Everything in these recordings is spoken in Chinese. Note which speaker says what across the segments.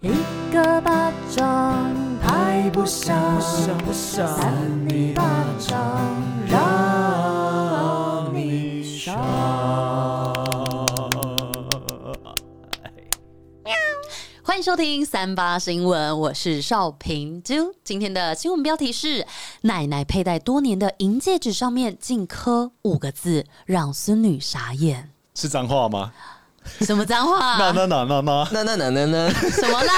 Speaker 1: 一个巴掌拍不响，
Speaker 2: 不想
Speaker 1: 扇你巴掌让你爽。欢迎收听三八新闻，我是邵平啾。今天的新闻标题是：奶奶佩戴多年的银戒指上面竟刻五个字，让孙女 傻眼。
Speaker 3: 是脏话吗？
Speaker 1: 什么脏
Speaker 3: 那
Speaker 1: 话？
Speaker 3: 那那那那，
Speaker 2: 那那那那那
Speaker 1: 什 么啦？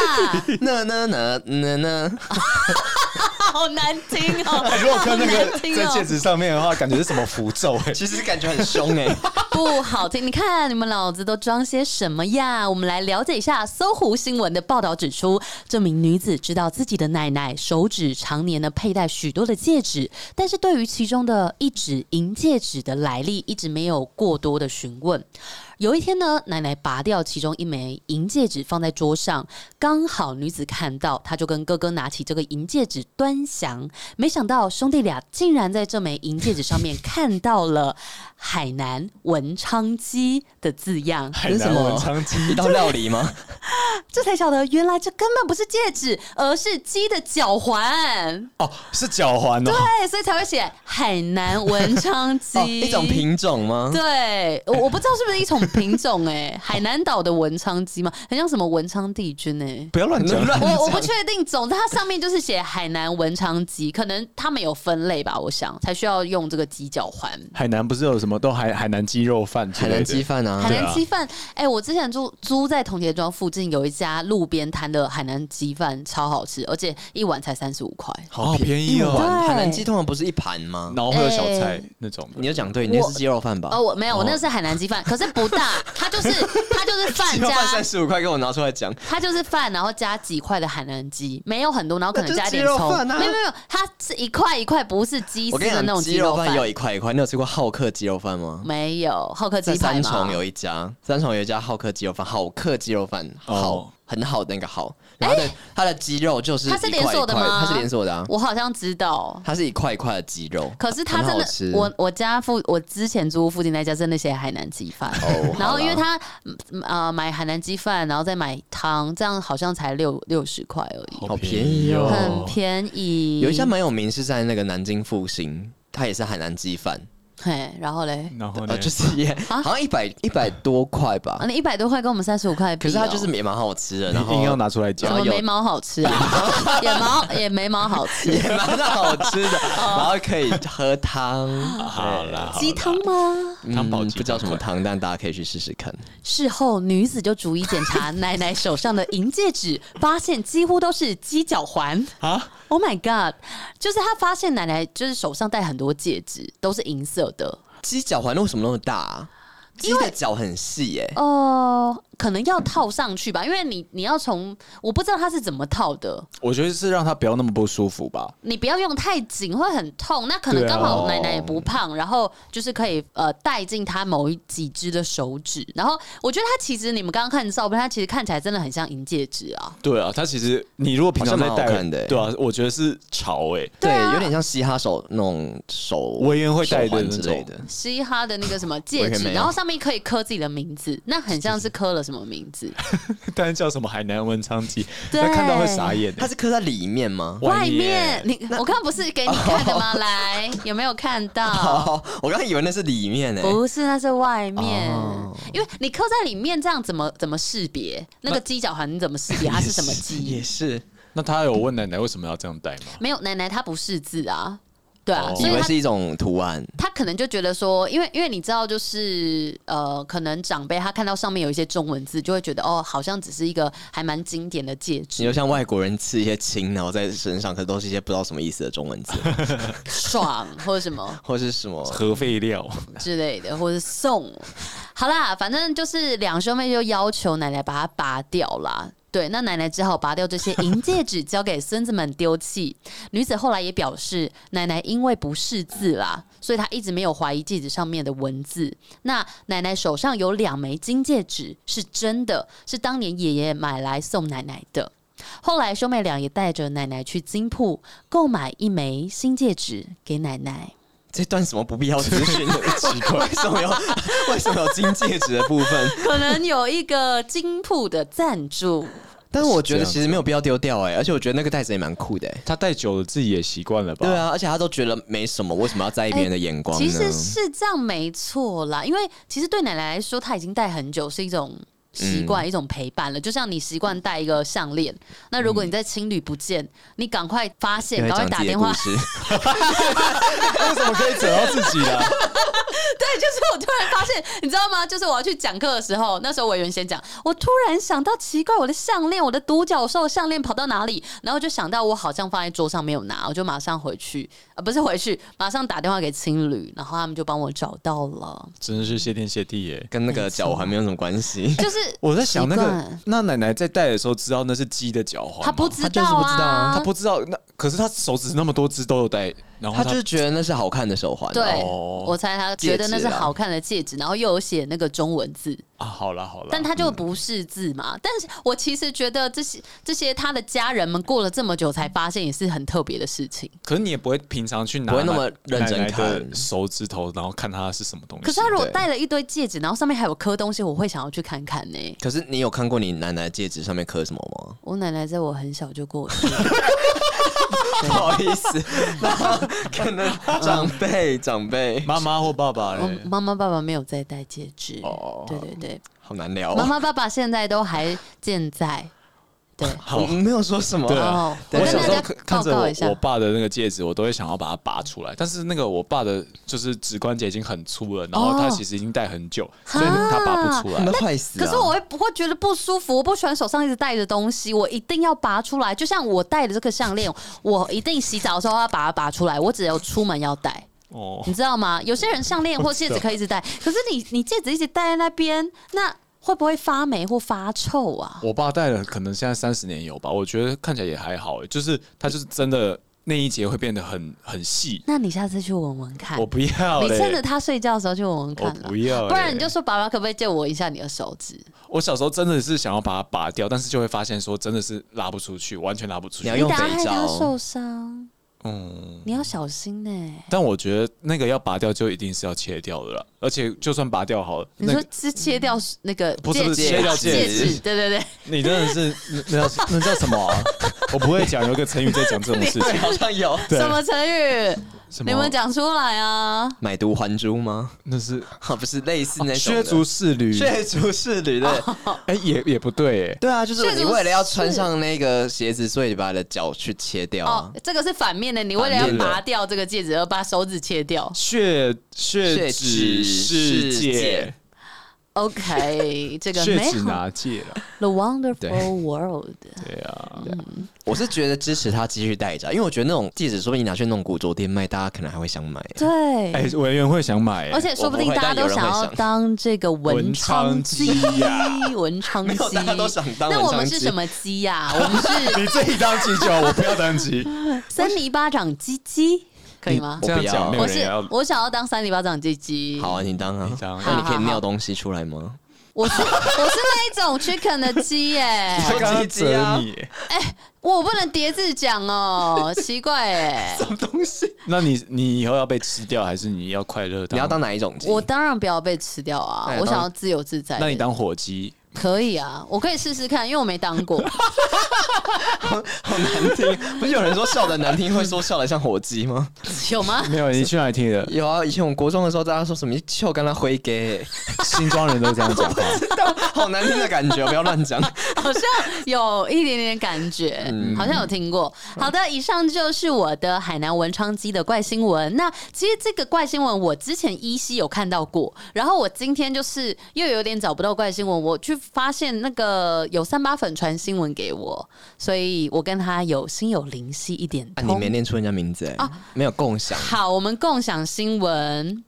Speaker 2: 那那那那那，
Speaker 1: 好难听哦！
Speaker 3: 如果看那个
Speaker 1: 好难听
Speaker 3: 在
Speaker 1: 哦
Speaker 3: 戒指上面的话，感觉是什么符咒哎、
Speaker 2: 其实感觉很凶 哎。
Speaker 1: 不好听。你看你们脑子都装些什么呀？我们来了解一下搜狐新闻的报道指出，这名女子知道自己的奶奶手指常年呢佩戴许多的戒指，但是对于其中的一指银戒指的来历，一直没有过多的询问。有一天呢，奶奶拔掉其中一枚银戒指放在桌上，刚好女子看到，她就跟哥哥拿起这个银戒指端详，没想到兄弟俩竟然在这枚银戒指上面看到了“海南文昌鸡”的字样，
Speaker 3: 海南文昌鸡，
Speaker 2: 一道料理吗？
Speaker 1: 这才晓得原来这根本不是戒指，而是鸡的脚环。
Speaker 3: 哦，是脚环哦。
Speaker 1: 对，所以才会写“海南文昌鸡”
Speaker 2: 哦，一种。品种吗？
Speaker 1: 对，我我不知道是不是一种品种哎、海南岛的文昌鸡嘛，很像什么文昌帝君哎、
Speaker 3: 不要乱讲，
Speaker 2: 乱
Speaker 1: 我我不确定，总之它上面就是写海南文昌鸡，可能他们有分类吧，我想才需要用这个鸡脚环。
Speaker 3: 海南不是有什么都海海南鸡肉饭之
Speaker 2: 海
Speaker 3: 类的？
Speaker 2: 南鸡饭啊
Speaker 1: 海，南鸡饭，哎、我之前住租在铜钱庄附近有一家路边摊的海南鸡饭，超好吃，而且一碗才三十五块。
Speaker 3: 好便宜
Speaker 2: 一
Speaker 3: 哦，
Speaker 2: 碗
Speaker 1: 对
Speaker 2: 海南鸡通常不是一盘吗？
Speaker 3: 然后会有小菜那种的。
Speaker 2: 你有讲对，你那是鸡肉饭吧？
Speaker 1: 哦，我没有，我那个是海南鸡饭，可是不大，它就是它就是饭
Speaker 2: 鸡肉饭
Speaker 1: 加
Speaker 2: 三十五块，给我拿出来讲。
Speaker 1: 它就是饭，然后加几块的海南鸡，没有很多，然后可能加一点
Speaker 2: 那就是
Speaker 1: 葱，
Speaker 2: 鸡肉饭啊
Speaker 1: 没有没有没有，它是一块一块，不是鸡
Speaker 2: 我
Speaker 1: 丝
Speaker 2: 跟你
Speaker 1: 的那
Speaker 2: 讲，
Speaker 1: 种
Speaker 2: 鸡
Speaker 1: 鸡
Speaker 2: 肉
Speaker 1: 肉
Speaker 2: 饭
Speaker 1: 饭，
Speaker 2: 有一块一块，你有吃过好客鸡肉饭吗？
Speaker 1: 没有浩克
Speaker 2: 在
Speaker 1: 鸡排
Speaker 2: 三
Speaker 1: 吗？
Speaker 2: 重有一家，三重有一家好客鸡肉饭，好客鸡肉饭好、
Speaker 3: 哦
Speaker 2: 很好的那个好，然后它的、它的鸡肉就是
Speaker 1: 哎它是
Speaker 2: 一块一
Speaker 1: 连锁的
Speaker 2: 块
Speaker 1: 吗
Speaker 2: 它是连锁的啊，
Speaker 1: 我好像知道。
Speaker 2: 它是一块一块的鸡肉，
Speaker 1: 可是它
Speaker 2: 很
Speaker 1: 真
Speaker 2: 好
Speaker 1: 的，
Speaker 2: 吃
Speaker 1: 我我家附我之前租屋附近那家真的写海南鸡饭，
Speaker 2: 哦
Speaker 1: 然后因为
Speaker 2: 好啦
Speaker 1: 他呃买海南鸡饭，然后再买汤，这样好像才六六十块而已，
Speaker 2: 好便宜哦
Speaker 1: 很便宜。
Speaker 2: 有一家蛮有名是在那个南京复兴，它也是海南鸡饭，
Speaker 1: 嘿，然后嘞，
Speaker 3: 然后呢
Speaker 2: 呃，？就是也、
Speaker 1: 啊
Speaker 2: 好像一百一百多块吧，
Speaker 1: 啊，你一百多块跟我们三十五块比
Speaker 2: 可
Speaker 1: 哦，
Speaker 2: 是它就是也蛮好吃的，
Speaker 3: 你
Speaker 2: 然后
Speaker 3: 硬要拿出来
Speaker 1: 怎
Speaker 3: 讲，
Speaker 1: 么
Speaker 2: 有
Speaker 1: 眉毛好吃啊，也毛也眉毛好吃，
Speaker 2: 也蛮 好 吃的，
Speaker 1: 哦
Speaker 2: 然后可以喝汤，
Speaker 3: 好啦，好啦
Speaker 1: 鸡汤吗？
Speaker 2: 对
Speaker 3: 汤宝
Speaker 2: 嗯
Speaker 3: 鸡
Speaker 2: 不知道什么汤，但大家可以去试试看。
Speaker 1: 事后，女子就逐一检查 奶奶手上的银戒指，发现几乎都是鸡脚环。
Speaker 3: 啊，
Speaker 1: Oh my god！就是她发现奶奶就是手上戴很多戒指，都是银色的。
Speaker 2: 鸡脚环为什么那么大、啊？鸡的脚很细耶、
Speaker 1: 哦、可能要套上去吧，因为你你要从我不知道她是怎么套的，
Speaker 3: 我觉得是让他不要那么不舒服吧。
Speaker 1: 你不要用太紧会很痛。那可能
Speaker 3: 对啊
Speaker 1: 刚好奶奶也不胖，然后就是可以呃带进她某一几只的手指。然后我觉得她其实你们刚刚看照片，她其实看起来真的很像银戒指啊。
Speaker 3: 对啊，他其实你如果平常在
Speaker 2: 好像蛮好
Speaker 3: 戴
Speaker 2: 看的欸
Speaker 3: 对啊，我觉得是潮哎，
Speaker 1: 对
Speaker 2: 对，
Speaker 1: 啊
Speaker 2: 有点像嘻哈手那种手
Speaker 3: 我也会戴的
Speaker 2: 手环
Speaker 3: 那
Speaker 2: 之
Speaker 3: 种
Speaker 2: 类的。
Speaker 1: 嘻哈的那个什么戒
Speaker 2: 完全
Speaker 1: 指，
Speaker 2: 没有
Speaker 1: 然后上面可以刻自己的名字，那很像是刻了什么名字？
Speaker 3: 但是叫什么海南文昌鸡，
Speaker 1: 对
Speaker 3: 那看到会傻眼欸。
Speaker 2: 它是刻在里面吗？
Speaker 1: 外面
Speaker 3: 耶
Speaker 1: 你我刚刚不是给你看的 吗？来，有没有看到？
Speaker 2: 哦，我刚刚以为那是里面欸呢、
Speaker 1: 不是，那是外面
Speaker 2: 哦，
Speaker 1: 因为你刻在里面，这样怎么怎么识别那个鸡脚环？你怎么识别它是什么
Speaker 2: 也
Speaker 1: 鸡？
Speaker 2: 是，
Speaker 3: 那他有问奶奶为什么要这样戴 吗？
Speaker 1: 没有奶奶她不识字啊，对啊，
Speaker 3: 哦
Speaker 1: 所
Speaker 2: 以
Speaker 1: 以
Speaker 2: 为
Speaker 1: 她
Speaker 2: 是一种图案。
Speaker 1: 他可能就觉得说，因为因为你知道，就是呃，可能长辈他看到上面有一些中文字，就会觉得哦，好像只是一个还蛮经典的戒指
Speaker 2: 你。就像外国人刺一些青，然后在身上，可都是一些不知道什么意思的中 文字，
Speaker 1: 爽或者什么
Speaker 2: 或是什么
Speaker 3: 核废料，
Speaker 1: 之类的，或者送。 好啦，反正就是两兄妹就要求奶奶把它拔掉啦。对，那奶奶只好拔掉这些银戒指，交给孙子们丢弃。女子后来也表示，奶奶因为不识字啦，所以她一直没有怀疑戒指上面的文字。那奶奶手上有两枚金戒指，是真的，是当年爷爷买来送奶奶的。后来兄妹俩也带着奶奶去金铺购买一枚新戒指给奶奶。
Speaker 2: 这段什么不必要资讯，奇怪， 为什么有为什么有金戒指的部分？
Speaker 1: 可能有一个金铺的赞助。
Speaker 2: 但是我觉
Speaker 3: 这
Speaker 2: 得
Speaker 3: 样
Speaker 2: 其实没有必要丢掉哎、而且我觉得那个袋子也蛮酷的哎、
Speaker 3: 他戴久了自己也习惯了吧？
Speaker 2: 对，啊，而且他都觉得没什么，为什么要在意别人的眼光呢？
Speaker 1: 其实是这样没错啦，因为其实对奶奶来说，她已经戴很久是一种。习
Speaker 2: 嗯
Speaker 1: 惯一种陪伴了，就像你习惯戴一个项链，那如果你在青旅不见，你赶快发现，
Speaker 2: 嗯
Speaker 1: 赶
Speaker 2: 又
Speaker 1: 快
Speaker 2: 在讲
Speaker 1: 打
Speaker 2: 自己
Speaker 1: 电
Speaker 2: 的
Speaker 1: 话
Speaker 2: 故，事，
Speaker 3: 为什么可以扯到自己啊啦？
Speaker 1: 对，就是我突然发现，你知道吗？就是我要去讲课的时候，那时候委员先讲，我突然想到，奇怪，我的项链，我的独角兽项链跑到哪里？然后就想到我好像放在桌上没有拿，我就马上回去，呃，不是回去，马上打电话给青旅，然后他们就帮我找到了。
Speaker 3: 真的是谢天谢地耶！
Speaker 2: 跟那个脚环没有什么关系。
Speaker 1: 就是
Speaker 3: 哎我在想那
Speaker 1: 习
Speaker 3: 个
Speaker 1: 惯，
Speaker 3: 那奶奶在戴的时候知道那是鸡的脚环吗，
Speaker 1: 他不知
Speaker 2: 他就
Speaker 1: 道
Speaker 2: 是不知道
Speaker 1: 啊，
Speaker 2: 啊
Speaker 3: 她不知道那，可是她手指那么多只都有戴，然后
Speaker 2: 他
Speaker 3: 她
Speaker 2: 就是觉得那是好看的手环、
Speaker 1: 对，
Speaker 3: 哦
Speaker 1: 我猜他觉得那是好看的戒指，然后又有写那个中文字，
Speaker 3: 啊，好了好了，
Speaker 1: 但他就不是字嘛。但是我其实觉得这些这些他的家人们过了这么久才发现，也是很特别的事情。
Speaker 3: 可是你也不会平常去拿
Speaker 2: 不会那么认真
Speaker 3: 奶奶的
Speaker 2: 看
Speaker 3: 手指头，然后看它是什么东西。
Speaker 1: 可是他如果
Speaker 2: 对
Speaker 1: 戴了一堆戒指，然后上面还有刻东西，我会想要去看看呢、
Speaker 2: 可是你有看过你奶奶戒指上面刻什么吗？
Speaker 1: 我奶奶在我很小就过 世了，
Speaker 2: 不好意思，那可能长辈长辈
Speaker 3: 妈妈或爸哎爸
Speaker 1: 我
Speaker 3: 嘞，
Speaker 1: 妈妈爸爸没有再戴戒指。
Speaker 2: 哦
Speaker 1: 对对对，
Speaker 2: 好难聊、哦。
Speaker 1: 妈妈爸爸现在都还健在。 对，
Speaker 2: 我没有说什么
Speaker 3: 对
Speaker 2: 啊，
Speaker 1: 哦
Speaker 3: 啊，
Speaker 1: 我
Speaker 3: 我
Speaker 1: 跟
Speaker 3: 小
Speaker 1: 大
Speaker 3: 时候
Speaker 1: 家
Speaker 3: 看
Speaker 1: 报
Speaker 3: 看着
Speaker 1: 告一下
Speaker 3: 我我爸的那个戒指，我都会想要把它拔出来，但是那个我爸的就是指关节已经很粗了，然后
Speaker 1: 哦
Speaker 3: 他其实已经戴很久，所以他拔不出来。
Speaker 2: 那坏死、啊。
Speaker 1: 可是我会我会觉得不舒服，我不喜欢手上一直戴着东西，我一定要拔出来。就像我戴的这个项 链，我一定洗澡的时候要把它拔出来，我只有出门要戴。
Speaker 3: 哦，
Speaker 1: 你知道吗？有些人项 链或戒指可以一直戴，可是你你戒指一直戴在那边，那会不会发霉或发臭啊？
Speaker 3: 我爸戴了，可能现在三十年有吧，我觉得看起来也还好、欸，就是他就是真的那一节会变得很很细。
Speaker 1: 那你下次去闻闻看
Speaker 3: 我，不要、欸，
Speaker 1: 哎你趁着他睡觉的时候去闻闻看
Speaker 3: 我
Speaker 1: 啦
Speaker 3: 不要欸、
Speaker 1: 不然你就说爸爸可不可以借我一下你的手指？
Speaker 3: 我小时候真的是想要把它拔掉，但是就会发现说真的是拉不出去，完全拉不出
Speaker 2: 你要
Speaker 3: 去。
Speaker 1: 你打
Speaker 2: 用肥
Speaker 1: 害他
Speaker 2: 皂，
Speaker 1: 受伤，
Speaker 3: 嗯，
Speaker 1: 你要小心呢、欸
Speaker 3: 但我觉得那个要拔掉就一定是要切掉的了，而且就算拔掉好了，
Speaker 1: 你
Speaker 3: 那
Speaker 1: 说
Speaker 3: 个
Speaker 1: 是切掉那个
Speaker 3: 不是
Speaker 1: 戒
Speaker 3: 不
Speaker 1: 指，
Speaker 3: 是切掉
Speaker 1: 戒
Speaker 3: 戒
Speaker 2: 指
Speaker 1: 指，对对对，
Speaker 3: 你真的是那那叫那叫什么啊？我不会讲，有一个成语在讲这种事 情，
Speaker 2: 好像有
Speaker 3: 对
Speaker 1: 什么成语？
Speaker 3: 什
Speaker 1: 你们讲出来啊！
Speaker 2: 买椟还珠吗？
Speaker 3: 那是
Speaker 2: 啊，不是类似那种
Speaker 3: 哦削
Speaker 2: 的
Speaker 3: 足适履，
Speaker 2: 削足适履的。
Speaker 3: 哎也也不对哎，
Speaker 2: 对啊，就
Speaker 1: 哦削
Speaker 2: 是
Speaker 1: 足
Speaker 2: 你为了要
Speaker 1: 适
Speaker 2: 穿上那个鞋子，所以把你的脚去切掉
Speaker 1: 哦
Speaker 2: 啊。，
Speaker 1: 这个是反面的，你为了要
Speaker 2: 反面的
Speaker 1: 拔掉这个戒指而把手指切掉。
Speaker 3: 血血指
Speaker 2: 血指
Speaker 3: 世
Speaker 2: 世
Speaker 3: 界
Speaker 2: 界，
Speaker 1: OK，这个
Speaker 3: 血
Speaker 1: 美
Speaker 3: 指啊
Speaker 1: 好
Speaker 3: 拿戒了，
Speaker 1: The Wonderful World。
Speaker 3: 对啊，
Speaker 2: 我是觉得支持他继续戴着啊，因为我觉得那种戒指，说不定拿去弄古着店卖，大家可能还会想买。
Speaker 1: 对，
Speaker 3: 哎委员会想买欸，
Speaker 1: 而且说不定大家都想要当这个文昌鸡
Speaker 3: 文昌鸡呀
Speaker 1: 文昌
Speaker 2: 没有，
Speaker 1: 鸡
Speaker 2: 大。家都想当
Speaker 1: 那
Speaker 2: 文
Speaker 1: 我
Speaker 2: 昌
Speaker 1: 们是
Speaker 2: 鸡
Speaker 1: 什？么鸡呀、我们是
Speaker 3: 你自己当鸡就好，我不要当鸡，
Speaker 1: 三里巴掌鸡鸡， 可以吗
Speaker 2: 我？
Speaker 3: 这样
Speaker 2: 不要
Speaker 3: 讲没有
Speaker 1: 我
Speaker 3: 人
Speaker 1: 是
Speaker 3: 要
Speaker 1: 我想要当三里巴掌鸡鸡。
Speaker 2: 好啊，你当啊
Speaker 3: 你，当啊
Speaker 2: 那你
Speaker 1: 好
Speaker 2: 可
Speaker 1: 好
Speaker 2: 以
Speaker 1: 好
Speaker 2: 尿东西出来 吗？
Speaker 1: 我是我是那一种 chicken 的鸡耶、
Speaker 3: 他刚刚
Speaker 2: 鸡鸡啊
Speaker 3: 折你欸，
Speaker 1: 我不能叠字讲哦，奇怪哎、
Speaker 3: 那你你以后要被吃掉，还是你要快乐？
Speaker 2: 你要当？哪一种鸡？
Speaker 1: 我当然不要被吃掉啊
Speaker 2: 那，你
Speaker 1: 我
Speaker 2: 当
Speaker 1: 想要自由自在。
Speaker 2: 哎
Speaker 3: 那你当火鸡？
Speaker 1: 可以啊，我可以试试看，因为我没当 过。
Speaker 2: 好难听，不是有人说笑的难听，会说笑的像火鸡吗？
Speaker 1: 有吗？
Speaker 3: 没有，你去哪里听的？
Speaker 2: 有啊，以前我们国中的时候，大家说什么“就跟他挥 给
Speaker 3: 新庄人都这样 讲话。”，
Speaker 2: 好难听的感觉，不要乱讲。啊
Speaker 1: 好像有一点点感觉，
Speaker 2: 嗯
Speaker 1: 好像有听过。好的，以上就是我的海南文昌鸡的怪新闻。那其实这个怪新闻我之前依稀有看到过，然后我今天就是又有点找不到怪新闻，我去发现那个有三八粉传新闻给我，所以我跟他有心有灵犀一点
Speaker 2: 啊，你
Speaker 1: 通
Speaker 2: 没。念出人家名字哎、没有共享。
Speaker 1: 好，我们共享新闻，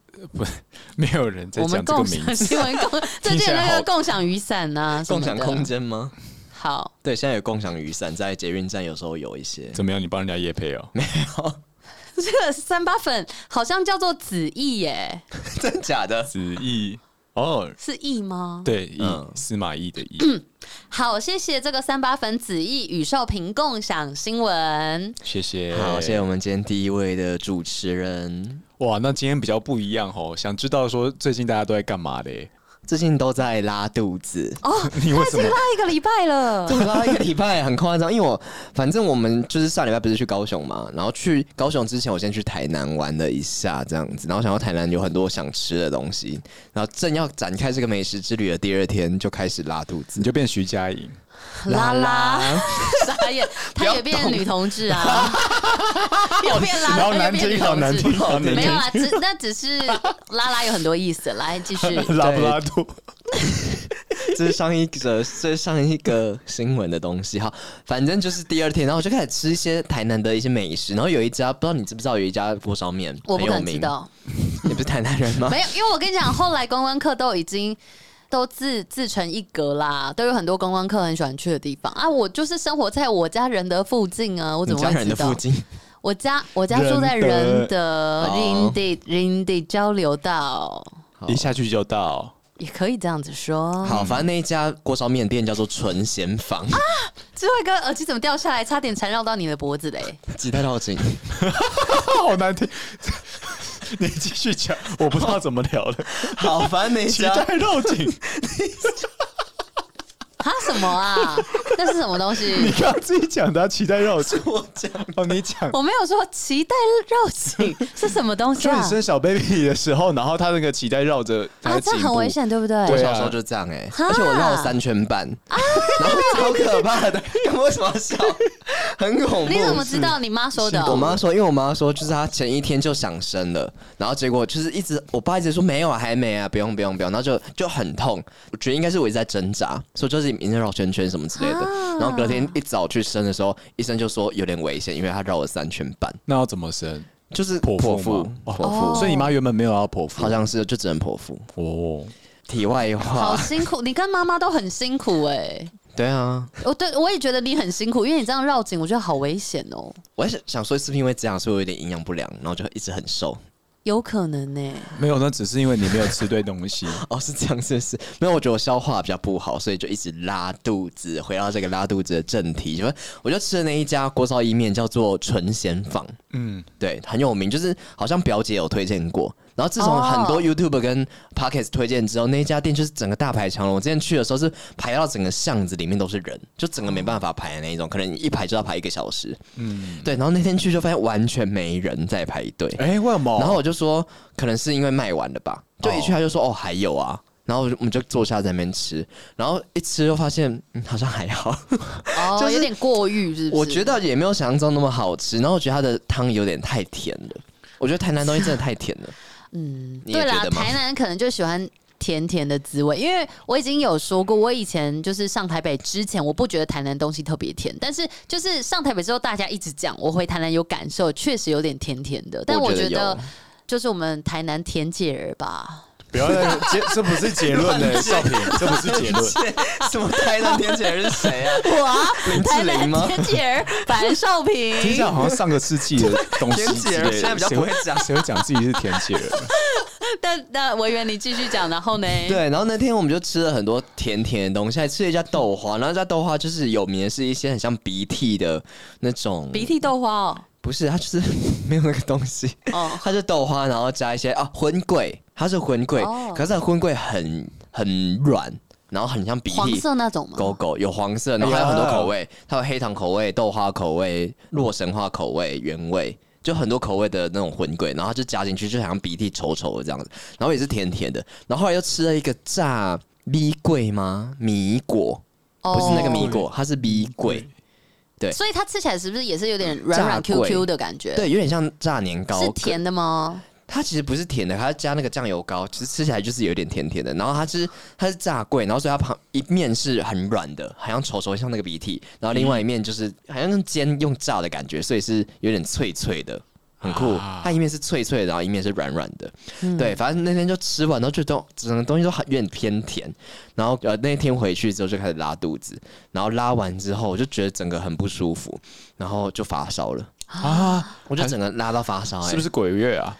Speaker 3: 没有人在
Speaker 1: 我
Speaker 3: 讲
Speaker 1: 们
Speaker 3: 这个
Speaker 1: 共
Speaker 3: 名
Speaker 1: 享
Speaker 3: 字。
Speaker 1: 新闻， 共最近有那个共享雨伞呐、什
Speaker 2: 共
Speaker 1: 么的
Speaker 2: 享空。间吗？
Speaker 1: 好，
Speaker 2: 对，现在有共享雨伞，在捷运站有时候有一 些。
Speaker 3: 怎么样？你帮人家夜配哦？
Speaker 1: 这个三八粉好像叫做子义耶，
Speaker 2: 真假的？
Speaker 3: 子义哦，
Speaker 1: 是义吗？
Speaker 3: 对，义
Speaker 2: 嗯
Speaker 3: 司马懿的 义。
Speaker 1: 好，谢谢这个三八粉子义与少平共享新闻。
Speaker 3: 谢谢，
Speaker 2: 好，谢谢。我们今天第一位的主持人。
Speaker 3: 哇，那今天比较不一样哦，想知道说最近大家都在干嘛的？
Speaker 2: 最近都在拉肚子，
Speaker 1: 哦，
Speaker 3: 你为
Speaker 1: 他已
Speaker 3: 什
Speaker 1: 经
Speaker 3: 么
Speaker 1: 拉一个礼拜 了
Speaker 2: 就。啊拉一个礼拜，很夸张。因为我反正我们就是上礼拜不是去高雄嘛，然后去高雄之前，我先去台南玩了一下，这样子，然后想到台南有很多想吃的东西，然后正要展开这个美食之旅的第二天，就开始拉肚 子
Speaker 3: 你。就变徐佳莹？
Speaker 1: 拉拉， 傻眼，她也变女同志啊， 又变拉
Speaker 3: 好
Speaker 1: 拉，又
Speaker 3: 难
Speaker 1: 变女
Speaker 3: 听，好难
Speaker 1: 同
Speaker 3: 听，
Speaker 1: 志。
Speaker 3: 好难
Speaker 1: 没有
Speaker 3: 听。
Speaker 1: 啦，只那只是拉拉有很多意思。来继续，
Speaker 3: 拉布拉多，
Speaker 2: 这是上一则，这是上一个新闻的东西哈。反正就是第二天，然后我就开始吃一些台南的一些美食，然后有一家不知道你知不知道有一家锅烧面
Speaker 1: 我
Speaker 2: 很
Speaker 1: 不
Speaker 2: 有
Speaker 1: 敢知
Speaker 2: 名，
Speaker 1: 道，
Speaker 2: 你不是台南人吗？
Speaker 1: 没有，因为我跟你讲，后来观光客都已经。 都自自成一格啦，都有很多观光客很喜欢去的地方啊！我就是生活在我家仁德附近啊，我
Speaker 2: 你
Speaker 1: 怎么
Speaker 2: 家
Speaker 1: 会
Speaker 2: 人
Speaker 1: 知
Speaker 2: 的
Speaker 1: 道
Speaker 2: 附？近，
Speaker 1: 我家我家住在仁
Speaker 3: 仁
Speaker 1: 德
Speaker 2: 哦
Speaker 1: Rindy Rindy 交流道，
Speaker 2: 好
Speaker 3: 一下去就到。
Speaker 1: 也可以这样子说。
Speaker 2: 好，反正那一家锅烧面店叫做纯贤 坊，
Speaker 1: 智慧哥耳机怎么掉下来，差点缠绕到你的脖子嘞！
Speaker 2: 几代到 今。
Speaker 3: 好难听。 你继续讲，我不知道怎么聊了。
Speaker 2: 好，反正那一
Speaker 3: 期
Speaker 2: 家
Speaker 3: 待绕颈，
Speaker 1: 哈什么 啊？那是什么东
Speaker 3: 你
Speaker 1: 西？
Speaker 3: 刚刚自己讲的啊，期待绕颈。
Speaker 2: 我 讲
Speaker 1: 啊
Speaker 3: 哦，你讲。
Speaker 1: 我没有说脐带绕颈是什么东西
Speaker 3: 就你
Speaker 1: 啊？
Speaker 3: 生小 baby 的时候，然后他那个脐带绕着他
Speaker 1: 啊，
Speaker 3: 的
Speaker 1: 这
Speaker 3: 颈
Speaker 1: 很
Speaker 3: 部
Speaker 1: 危。险，对不对？
Speaker 2: 我
Speaker 3: 对
Speaker 2: 小时候就这样哎、
Speaker 1: 哈啊
Speaker 2: 而且我绕了三圈半，然后超可怕的， 干嘛为什么要笑？很恐怖。嗯
Speaker 1: 你怎么知道你妈说的？
Speaker 2: 我妈说，因为我妈说，就是她前一天就想生了，然后结果就是一直，我爸一直说没有啊，还没啊，不用不用不用，然后就就很痛，我觉得应该是我一直在挣扎，说就是一直绕圈圈什么之类的，
Speaker 1: 啊
Speaker 2: 然后隔天一早去生的时候，医生就说有点危险，因为她绕了三圈半，
Speaker 3: 那要怎么生？
Speaker 2: 就是
Speaker 3: 剖腹
Speaker 2: 剖腹
Speaker 3: 吗
Speaker 2: 剖
Speaker 1: 哦
Speaker 2: 腹，
Speaker 3: 所以你妈原本没有要剖腹，
Speaker 2: 好像是就只能剖腹。
Speaker 3: 哦，
Speaker 2: 题外
Speaker 1: 好
Speaker 2: 话，
Speaker 1: 辛苦，你跟妈妈都很辛苦哎、
Speaker 2: 对啊，
Speaker 1: 我对我也觉得你很辛苦，因为你这样绕颈，我觉得好危险哦。
Speaker 2: 我还想想说是不是因为这样，所以我有点营养不良，然后就一直很瘦。
Speaker 1: 有可能欸呢、
Speaker 3: 没有，那只是因为你没有吃对东西。
Speaker 2: 哦，是这样，是不是？没有，我觉得我消化比较不好，所以就一直拉肚子。回到这个拉肚子的正题，就我就吃的那一家锅烧意面叫做纯贤坊，
Speaker 3: 嗯，
Speaker 2: 对，很有名，就是好像表姐有推荐过。然后自从
Speaker 1: 哦
Speaker 2: 很多 YouTube 跟 Podcast 推荐之后，那一家店就是整个大排长龙。我之前去的时候是排到整个巷子里面都是人，就整个没办法排的那一种，可能一排就要排一个小时。嗯，对。然后那天去就发现完全没人在排队。
Speaker 3: 哎，为什么？
Speaker 2: 然后我就说，可能是因为卖完了吧。就一去他就说，哦，还有啊。然后我就我们就坐下在那边吃，然后一吃就发现，嗯，好像还好。
Speaker 1: 哦，
Speaker 2: 就是
Speaker 1: 有点过誉，是不是？
Speaker 2: 我觉得也没有想象中那么好吃。然后我觉得它的汤有点太甜了，我觉得台南东西真的太甜了。嗯，你也
Speaker 1: 对
Speaker 2: 觉
Speaker 1: 啦，
Speaker 2: 得吗？
Speaker 1: 台南可能就喜欢甜甜的滋味，因为我已经有说过，我以前就是上台北之前，我不觉得台南东西特别甜，但是就是上台北之后，大家一直讲，我回台南有感受，确实有点甜甜的，但我
Speaker 2: 我
Speaker 1: 觉
Speaker 2: 觉得
Speaker 1: 得
Speaker 2: 有
Speaker 1: 就是我们台南甜姐儿吧，
Speaker 3: 不要再 结，这不是结论 呢，少平，这不是结 论。
Speaker 2: 什么台南甜姐是谁 啊？
Speaker 1: 我啊
Speaker 2: 林
Speaker 1: 台
Speaker 2: 志
Speaker 1: 南
Speaker 2: 玲吗？
Speaker 1: 甜姐儿樊少
Speaker 3: 听起
Speaker 1: 平
Speaker 3: 来。好像上个世纪的东西
Speaker 2: 田
Speaker 3: 之
Speaker 2: 姐儿
Speaker 3: 类的，
Speaker 2: 现在比较不会讲
Speaker 3: 谁会讲自己是田姐儿？
Speaker 1: 但但委员你继续讲，然后呢？
Speaker 2: 对，然后那天我们就吃了很多甜甜的东西，还吃了一家豆花。然后这家豆花就是有名的是一些很像鼻涕的那种
Speaker 1: 鼻涕豆花哦，
Speaker 2: 不是，它就是 没有那个东西，
Speaker 1: 哦，
Speaker 2: 它是豆花，然后加一些啊荤桂，它是荤桂，
Speaker 1: 哦
Speaker 2: 可是它的荤桂很很软，然后很像鼻
Speaker 1: 黄
Speaker 2: 涕。
Speaker 1: 色那种吗？
Speaker 2: 狗狗有黄色，然后还有很多
Speaker 1: 哎
Speaker 2: 口味，它有黑糖口味、豆花口味、
Speaker 1: 嗯
Speaker 2: 洛神花口味、原味，就很多口味的那种混桂，然后它就加进去，就好像鼻涕稠稠的这样子，然后也是甜甜的。然后后来又吃了一个炸米桂吗？米果
Speaker 1: 哦
Speaker 2: 不是那个米果，它是米桂，
Speaker 1: 所以它吃起来是不是也是有点软软
Speaker 2: 炸鬼
Speaker 1: Q Q 的感觉？
Speaker 2: 对，有点像炸年糕，
Speaker 1: 是甜的吗？
Speaker 2: 它其实不是甜的，它加那个酱油膏，其实吃起来就是有点甜甜的。然后它是它是炸桂，然后所以它旁一面是很软的，好像稠稠像那个鼻涕，然后另外一面就是好像用煎用炸的感觉，所以是有点脆脆的。很酷
Speaker 3: 啊，嗯
Speaker 2: 它一面是脆脆的，然后一面是软软的，对，反正那天就吃完，然后就都整个东西都很有点偏甜，然后呃那天回去之后就开始拉肚子，然后拉完之后我就觉得整个很不舒服，然后就发烧了，
Speaker 3: 啊，
Speaker 2: 我就整个拉到发烧、欸，
Speaker 3: 是不是鬼月啊？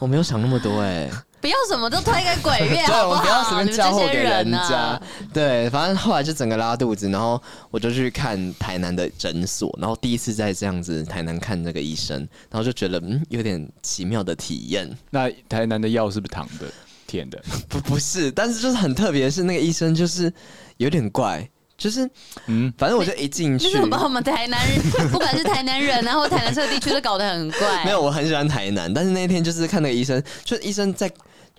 Speaker 2: 我没有想那么多哎、
Speaker 1: 不要什么都推给鬼月，
Speaker 2: 对，
Speaker 1: 好
Speaker 2: 我们
Speaker 1: 好？
Speaker 2: 不要随便嫁祸给
Speaker 1: 你
Speaker 2: 人
Speaker 1: 们这些
Speaker 2: 家。
Speaker 1: 人啊，
Speaker 2: 对，反正后来就整个拉肚子，然后我就去看台南的诊所，然后第一次在这样子台南看那个医生，然后就觉得嗯有点奇妙的体验。
Speaker 3: 那台南的药是不是糖的？骗的，
Speaker 2: 不不是，但是就是很特别，是那个医生就是有点怪，就是
Speaker 3: 嗯，
Speaker 2: 反正我就一进
Speaker 1: 就
Speaker 2: 去
Speaker 1: 是，把我们台南 人，不管是台南人啊，或台南这个地区都搞得很怪。啊
Speaker 2: 没有，我很喜欢台南，但是那一天就是看那个医生，就是医生在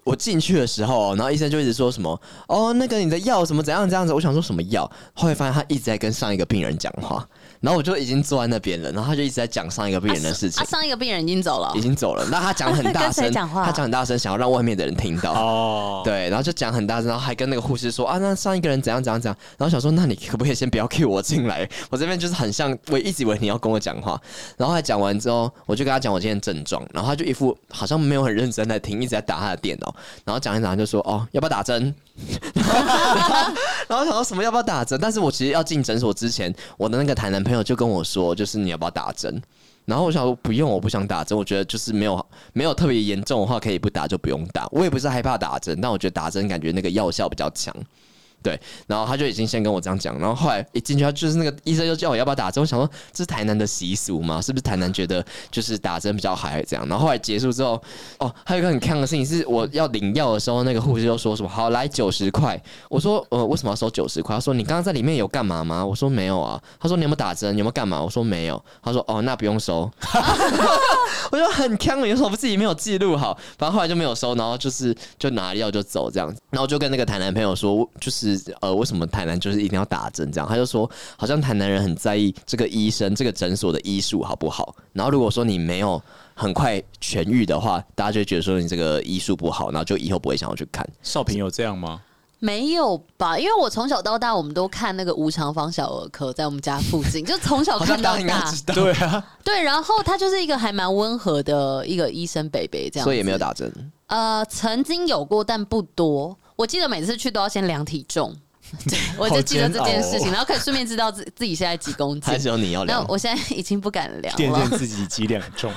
Speaker 2: 我进去的时候，然后医生就一直说什么哦，那个你的药什么怎样怎样子，我想说什么药，后来发现他一直在跟上一个病人讲话，然后我就已经坐在那边了，然后他就一直在讲上一个病人的事情
Speaker 1: 啊，。上一个病人已经走了
Speaker 2: 已，经走了，那他讲很 大
Speaker 1: 跟谁
Speaker 2: 声，
Speaker 1: 讲话
Speaker 2: 他讲很大声，想要让外面的人听到。
Speaker 3: 哦，
Speaker 2: 对，然后就讲很大声，然后还跟那个护士说啊，那上一个人怎样怎样怎样，然后想说，那你可不可以先不要 cue 我进来？我这边就是很像，我一直以为你要跟我讲话，然后他讲完之后，我就跟他讲我今天的症状，然后他就一副好像没有很认真在听，一直在打他的电脑，然后讲一讲他就说哦，要不要打针？ 然后想说什么要不要打针？但是我其实要进诊所之前，我的那个台南朋友就跟我说，就是你要不要打针？然后我想说不用，我不想打针，我觉得就是没有没有特别严重的话，可以不打就不用打。我也不是害怕打针，但我觉得打针感觉那个药效比较强。对，然后他就已经先跟我这样讲，然后后来一进去，他就是那个医生就叫我要不要打针，我想说这是台南的习俗嘛，是不是台南觉得就是打针比较嗨这样？然后后来结束之后，哦，还有一个很坑的事情是，我要领药的时候，那个护士就说什么好来九十块，我说呃为什么要收九十块？他说你刚刚在里面有干嘛吗？我说没有啊。他说你有没有打针？有没有干嘛？我说没有。他说哦那不用收， 我就很坑，有什么自己没有记录好？反正后来就没有收，然后就是就拿了药就走这样子。然后就跟那个台南朋友说，就是呃，为什么台南就是一定要打针这样？他就说，好像台南人很在意这个医生、这个诊所的医术好不好。然后如果说你没有很快痊愈的话，大家就会觉得说你这个医术不好，然后就以后不会想要去看。
Speaker 3: 少平有这样吗？
Speaker 1: 没有吧？因为我从小到大，我们都看那个无常方小儿科，在我们家附近，就从小
Speaker 2: 好
Speaker 1: 哦看
Speaker 2: 像
Speaker 1: 到
Speaker 2: 家应该
Speaker 1: 大。
Speaker 2: 知道，
Speaker 3: 对啊，
Speaker 1: 对，然后他就是一个还蛮温和的一个医生北北这样，
Speaker 2: 所以也没有。打针。
Speaker 1: 呃，曾经有过，但不多。我记得每次去都要先量体 重，对，我就记得这件事
Speaker 3: 好
Speaker 1: 情，
Speaker 3: 煎熬哦
Speaker 1: 然后可以顺便知道自自己现在几公斤
Speaker 2: 还。只有你要
Speaker 1: 那
Speaker 2: 聊，
Speaker 1: 我现在已经不敢量
Speaker 3: 掂
Speaker 1: 了
Speaker 3: 掂，自己几两重，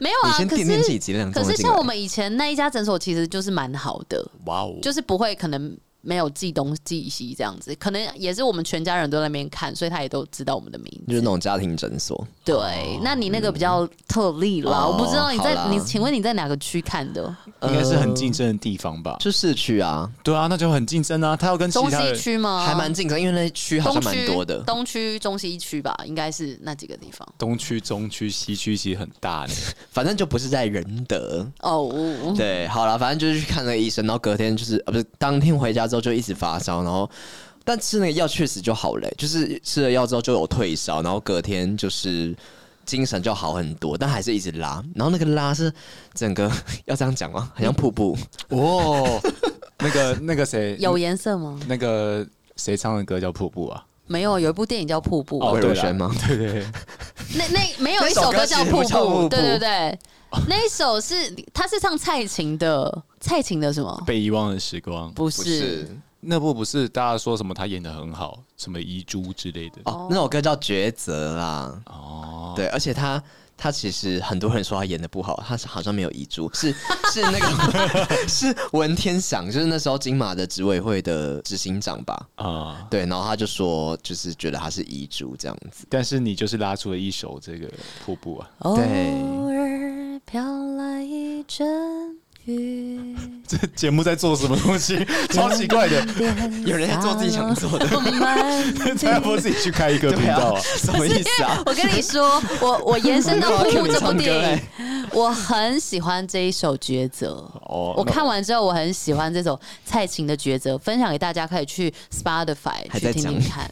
Speaker 1: 没有
Speaker 2: 你
Speaker 1: 啊。
Speaker 2: 先
Speaker 1: 可
Speaker 2: 垫垫自己
Speaker 1: 是
Speaker 2: 几两重
Speaker 1: 可
Speaker 2: 的
Speaker 1: 是
Speaker 2: 进来。
Speaker 1: 像我们以前那一家诊所，其实就是蛮好的，
Speaker 3: 哇哦，
Speaker 1: 就是不会可能没有记东记西这样子，可能也是我们全家人都在那边看，所以他也都知道我们的名
Speaker 2: 就是
Speaker 1: 字。
Speaker 2: 那种家庭诊所，
Speaker 1: 对，那你那个比较特例啦，
Speaker 2: 嗯哦
Speaker 1: 我不知道你在
Speaker 2: 好啦
Speaker 1: 你，请问你在哪个区看的？
Speaker 3: 应该是很竞争的地方吧？
Speaker 2: 就市区啊，
Speaker 3: 呃对啊，那就很竞争啊，他要跟其
Speaker 1: 中
Speaker 3: 他
Speaker 1: 西
Speaker 3: 人
Speaker 1: 区吗？
Speaker 2: 还蛮竞争，因为那区好
Speaker 1: 哦东
Speaker 2: 像
Speaker 1: 区
Speaker 2: 蛮多的。
Speaker 1: 东区、中西区吧，应该是那几个地方。
Speaker 3: 东区、中区、西区其实很大呢。
Speaker 2: 反正就不是在仁德。
Speaker 1: 哦，我
Speaker 2: 对，好了，反正就是去看那个医生，然后隔天就是呃不是当天回家之后就一直发烧，然后但吃那个药确实就好了欸、就是吃了药之后就有退烧，然后隔天就是。精神就好很多，但还是一直拉。然后那个拉是整个 要这样讲吗？很像瀑布，
Speaker 3: 哦，那个那个谁，
Speaker 1: 有颜色吗？
Speaker 3: 那个谁唱的歌叫《瀑布》啊？
Speaker 1: 没有，有一部电影叫《瀑布》
Speaker 3: 哦
Speaker 2: 魏
Speaker 3: 对
Speaker 2: 如
Speaker 3: 啦
Speaker 2: 萱吗？
Speaker 3: 对对对，
Speaker 1: 那那没有一
Speaker 2: 那首
Speaker 1: 首歌
Speaker 2: 歌
Speaker 1: 叫《
Speaker 2: 其
Speaker 1: 瀑
Speaker 2: 实不
Speaker 1: 布
Speaker 2: 叫》，瀑布哦
Speaker 1: 对对对，那一首是他是唱蔡琴的，蔡琴的什么？
Speaker 3: 被遗忘的时光
Speaker 1: 不是，
Speaker 3: 那部不是大家说什么他演的很好，什么遗珠之类的
Speaker 2: 哦，那首歌叫《抉择》啦。
Speaker 3: 哦，
Speaker 2: 对，而且他他其实很多人说他演的不好，他是好像没有遗珠，是是那 个是文天祥，就是那时候金马的执委会的执行长吧。
Speaker 3: 啊。
Speaker 2: 对，然后他就说，就是觉得他是遗珠这样子。
Speaker 3: 但是你就是拉出了一首这个瀑布啊，
Speaker 1: 偶
Speaker 2: 对
Speaker 1: 尔飘来一阵雨，
Speaker 3: 这 节目在做什么东 西？超奇怪的，
Speaker 2: 有人在做自己想做 的，
Speaker 1: 我们
Speaker 3: 他要不自己去开一个频
Speaker 2: 对
Speaker 3: 道
Speaker 2: 啊
Speaker 3: 啊？，
Speaker 2: 什么意思啊？
Speaker 1: 我跟你说，我我延伸到《瀑布》这部电
Speaker 2: 你
Speaker 1: 影，我很喜欢这一首《抉择》。
Speaker 3: 哦，
Speaker 1: 我
Speaker 3: 那
Speaker 1: 看完之后，我很喜欢这首蔡琴的《抉择》，分享给大家，可以去 Spotify
Speaker 2: 还
Speaker 1: 去
Speaker 2: 在
Speaker 1: 听
Speaker 2: 讲
Speaker 1: 听看。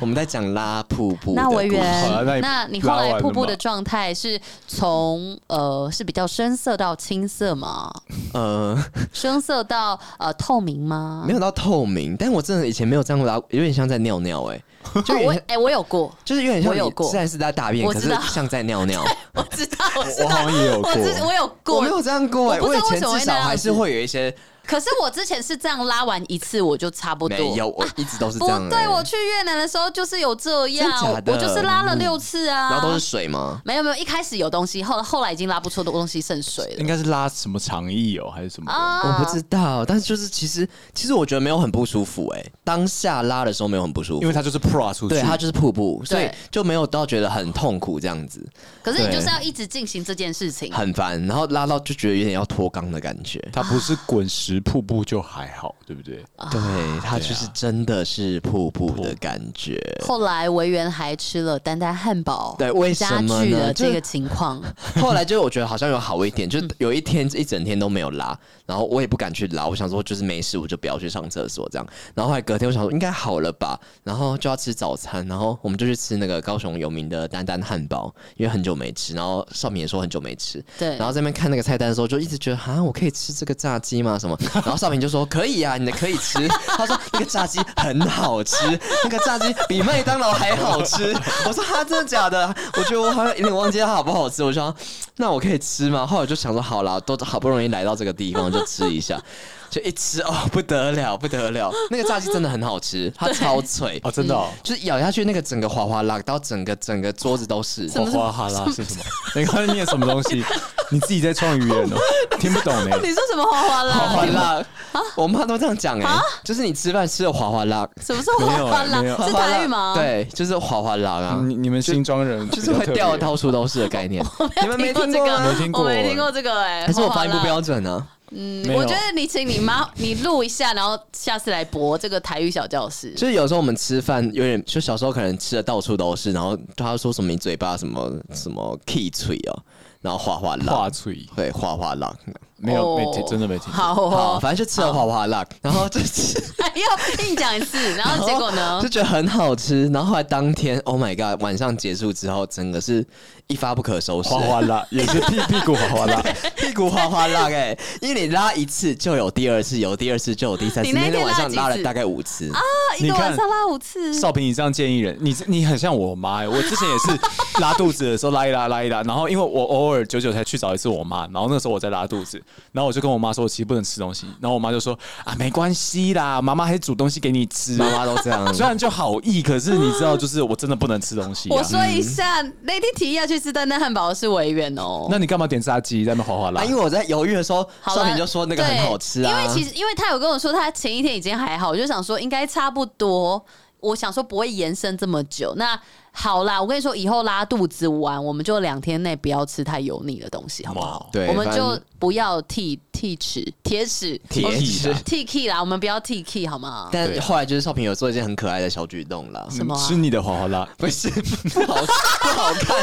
Speaker 2: 我们在讲拉瀑布的
Speaker 1: 那
Speaker 2: 故
Speaker 1: 委
Speaker 2: 事。
Speaker 3: 好啊
Speaker 1: 员，
Speaker 3: 那你
Speaker 1: 那你后
Speaker 3: 拉完
Speaker 1: 来
Speaker 3: 了
Speaker 1: 瀑布
Speaker 3: 吗
Speaker 1: 的状态是从呃是比较深色到青色吗？
Speaker 2: 呃，
Speaker 1: 深色到呃透明吗？
Speaker 2: 没有到透明，但我真的以前没有这样拉，有点像在尿尿哎、就有
Speaker 1: 哦我
Speaker 2: 点
Speaker 1: 哎、
Speaker 2: 像
Speaker 1: 我有过，
Speaker 2: 就是有点像
Speaker 1: 我有
Speaker 2: 你
Speaker 1: 过
Speaker 2: 虽然是在大便，
Speaker 1: 我
Speaker 2: 可
Speaker 1: 知
Speaker 2: 是
Speaker 1: 道
Speaker 2: 像在 尿尿。
Speaker 1: 我知道，我知
Speaker 3: 我好
Speaker 1: 道，
Speaker 3: 像也有
Speaker 1: 我
Speaker 3: 过，
Speaker 1: 知我有
Speaker 2: 我
Speaker 1: 过
Speaker 2: 没，有这样过哎、
Speaker 1: 我不
Speaker 2: 我
Speaker 1: 知
Speaker 2: 以
Speaker 1: 道为
Speaker 2: 前
Speaker 1: 什么会
Speaker 2: 至少
Speaker 1: 那样
Speaker 2: 还是
Speaker 1: 子
Speaker 2: 会有一些
Speaker 1: 可是我之前是这样拉完一次我就差不多。
Speaker 2: 没有，我一直都是
Speaker 1: 不
Speaker 2: 这样、欸。
Speaker 1: 对，我去越南的时候就是有这样，
Speaker 2: 真假的
Speaker 1: 我就是拉了六次啊。
Speaker 2: 然后都是水吗？
Speaker 1: 没有没有，一开始有东西，后来后来已经拉不出东西剩水
Speaker 3: 应
Speaker 1: 了
Speaker 3: 该是拉什么长意哦，还是什么的？
Speaker 1: 啊
Speaker 2: 我不知道，但是就是其实其实我觉得没有很不舒服哎、当下拉的时候没有很不舒服，
Speaker 3: 因为他就是 pro 出去，
Speaker 2: 对它就是瀑布，所以
Speaker 1: 对
Speaker 2: 就没有到觉得很痛苦这样子，
Speaker 1: 可是你
Speaker 2: 对
Speaker 1: 就是要一直进行这件事情。
Speaker 2: 很烦，然后拉到就觉得有点要脱肛的感觉。
Speaker 3: 他不是滚石实瀑布就还好，对不对？
Speaker 1: 啊
Speaker 2: 对，它就是真的是瀑布的感觉。
Speaker 1: 后来维园还吃了丹丹汉堡，
Speaker 2: 对为什么
Speaker 1: 加剧
Speaker 2: 呢
Speaker 1: 了
Speaker 2: 就
Speaker 1: 这个情况？
Speaker 2: 后来就是我觉得好像有好一点，就是有一天一整天都没有拉，然后我也不敢去拉，我想说就是没事我就不要去上厕所这样。然后后来隔天我想说应该好了吧，然后就要吃早餐，然后我们就去吃那个高雄有名的丹丹汉堡，因为很久没吃，然后少敏也说很久没吃，
Speaker 1: 对
Speaker 2: 然后在那边看那个菜单的时候就一直觉得啊我可以吃这个炸鸡吗什么，然后少敏就说可以啊，你的可以吃，他说那个炸鸡很好吃，那个炸鸡比麦当劳还好吃，我说哈真的假的？我觉得我好像有点忘记它好不好吃，我想。那我可以吃吗？后来我就想说，好啦，都好不容易来到这个地方，就吃一下。 就一吃哦，不得了，不得了！那个炸鸡真的很好吃，它超脆，
Speaker 3: 哦，真的哦，
Speaker 2: 就是咬下去那个整个哗哗啦，到整个整个桌子都是。
Speaker 3: 哗 哗哈啦是什么？你刚才念什么东西？你自己在创语言哦，听不懂呢。
Speaker 1: 你说什么花 花
Speaker 2: 哗哗
Speaker 1: 啦？
Speaker 2: 啦，
Speaker 1: 啊
Speaker 2: 我妈都这样讲哎、就是你吃饭吃的哗哗啦，
Speaker 1: 什么是花花啦
Speaker 3: 没有？欸没有
Speaker 1: 是
Speaker 2: 哗哗啦
Speaker 1: 台语吗？，
Speaker 2: 对，就是哗哗啦啊，
Speaker 3: 嗯你你们新庄人
Speaker 2: 就
Speaker 3: 就是
Speaker 2: 会掉到处都是的概 念。你们没
Speaker 1: 过
Speaker 2: 听
Speaker 1: 这
Speaker 2: 过
Speaker 1: 个，
Speaker 2: 吗？
Speaker 3: 没听过
Speaker 1: 我没听过这个哎、欸。
Speaker 2: 还是我
Speaker 1: 哗哗
Speaker 2: 发
Speaker 1: 啦
Speaker 2: 音不标准啊呢、
Speaker 1: 嗯
Speaker 3: 没有
Speaker 1: 我觉得你请你妈， 你录一下，然后下次来播这个台语小教室。
Speaker 2: 就是有时候我们吃饭有点，就小时候可能吃的到处都是，然后他说什么你嘴巴什么什么 key 嘴哦，然后哗哗
Speaker 3: 画
Speaker 2: 浪，
Speaker 3: 嘴，
Speaker 2: 对，哗哗浪，
Speaker 3: 没有没
Speaker 1: 哦
Speaker 3: 听，真的没听过。
Speaker 1: 好
Speaker 2: 好，
Speaker 1: 哦，
Speaker 2: 反正就吃了哗 哗浪，然后就吃，
Speaker 1: 还要硬讲一次，然后结果呢
Speaker 2: 哦 就？觉得很好吃，然后后来当天，Oh my god，晚上结束之后，整个是一发不可收拾，
Speaker 3: 哗哗啦，也是屁屁股哗哗啦。
Speaker 2: 屁股哗哗浪哎、因为你拉一次就有第二次，有第二次就有第三次，
Speaker 1: 你那
Speaker 2: 那
Speaker 1: 天
Speaker 2: 天晚上
Speaker 1: 拉
Speaker 2: 拉
Speaker 1: 了几次
Speaker 2: 了大概五次，
Speaker 1: 啊一个
Speaker 3: 你看
Speaker 1: 晚上拉五次，
Speaker 3: 少平，你这样建议人，你你很像我妈、欸。我之前也是拉肚子的时候拉一拉拉一拉，然后因为我偶尔久久才去找一次我妈，然后那时候我在拉肚子，然后我就跟我妈说，我其实不能吃东西，然后我妈就说啊，没关系啦，妈妈还煮东西给你吃。
Speaker 2: 妈妈都这 样，
Speaker 3: 虽然就好意，可是你知道，就是我真的不能吃东西、啊
Speaker 1: 我。说一下，那天提议要去吃丹丹汉堡的是维园哦。哎
Speaker 3: 那你干嘛点炸鸡在那边哗哗啦
Speaker 2: 啊，？因为我在犹豫的时候，
Speaker 1: 好
Speaker 2: 少
Speaker 1: 了，
Speaker 2: 平就说那个很好吃啊，
Speaker 1: 对因为其实，因为他有跟我说，他前一天已经还好，我就想说应该差不多。我想说不会延伸这么久。那好啦，我跟你说，以后拉肚子完，我们就两天内不要吃太油腻的东西，好不好？
Speaker 2: 对
Speaker 1: 我们
Speaker 2: 反
Speaker 1: 就
Speaker 2: 正
Speaker 1: 不要剔剔齿、铁齿、
Speaker 2: 铁
Speaker 3: 齿
Speaker 1: 剔 key 啦，我们不要剔 key 好 吗？
Speaker 2: 但
Speaker 3: 对
Speaker 2: 后来就是少平有做一件很可爱的小举动啦，
Speaker 1: 什么啊
Speaker 3: 吃你的哗哗啦？
Speaker 2: 不是不好不好看，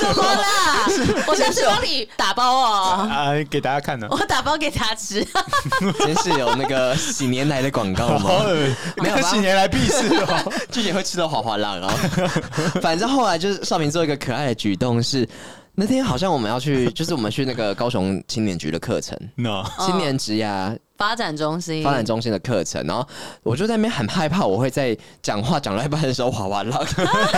Speaker 1: 怎么 啦？我下次帮你打包哦，
Speaker 3: 啊，给大家看 呢、
Speaker 1: 我打包给他吃。
Speaker 2: 真是有那个喜年来的广
Speaker 3: 好
Speaker 2: 告吗？
Speaker 3: 恶
Speaker 2: 没有吧
Speaker 3: 跟新年来必事哦。
Speaker 2: 就也会吃到滑滑浪啊。 反正后来就是少平做一个可爱的举动是，那天好像我们要去，就是我们去那个高雄青年局的课程。
Speaker 3: 那
Speaker 2: 青年职涯
Speaker 1: 发展中心，
Speaker 2: 发展中心的课程，然后我就在那边很害怕，我会在讲话讲到一半的时候滑滑浪，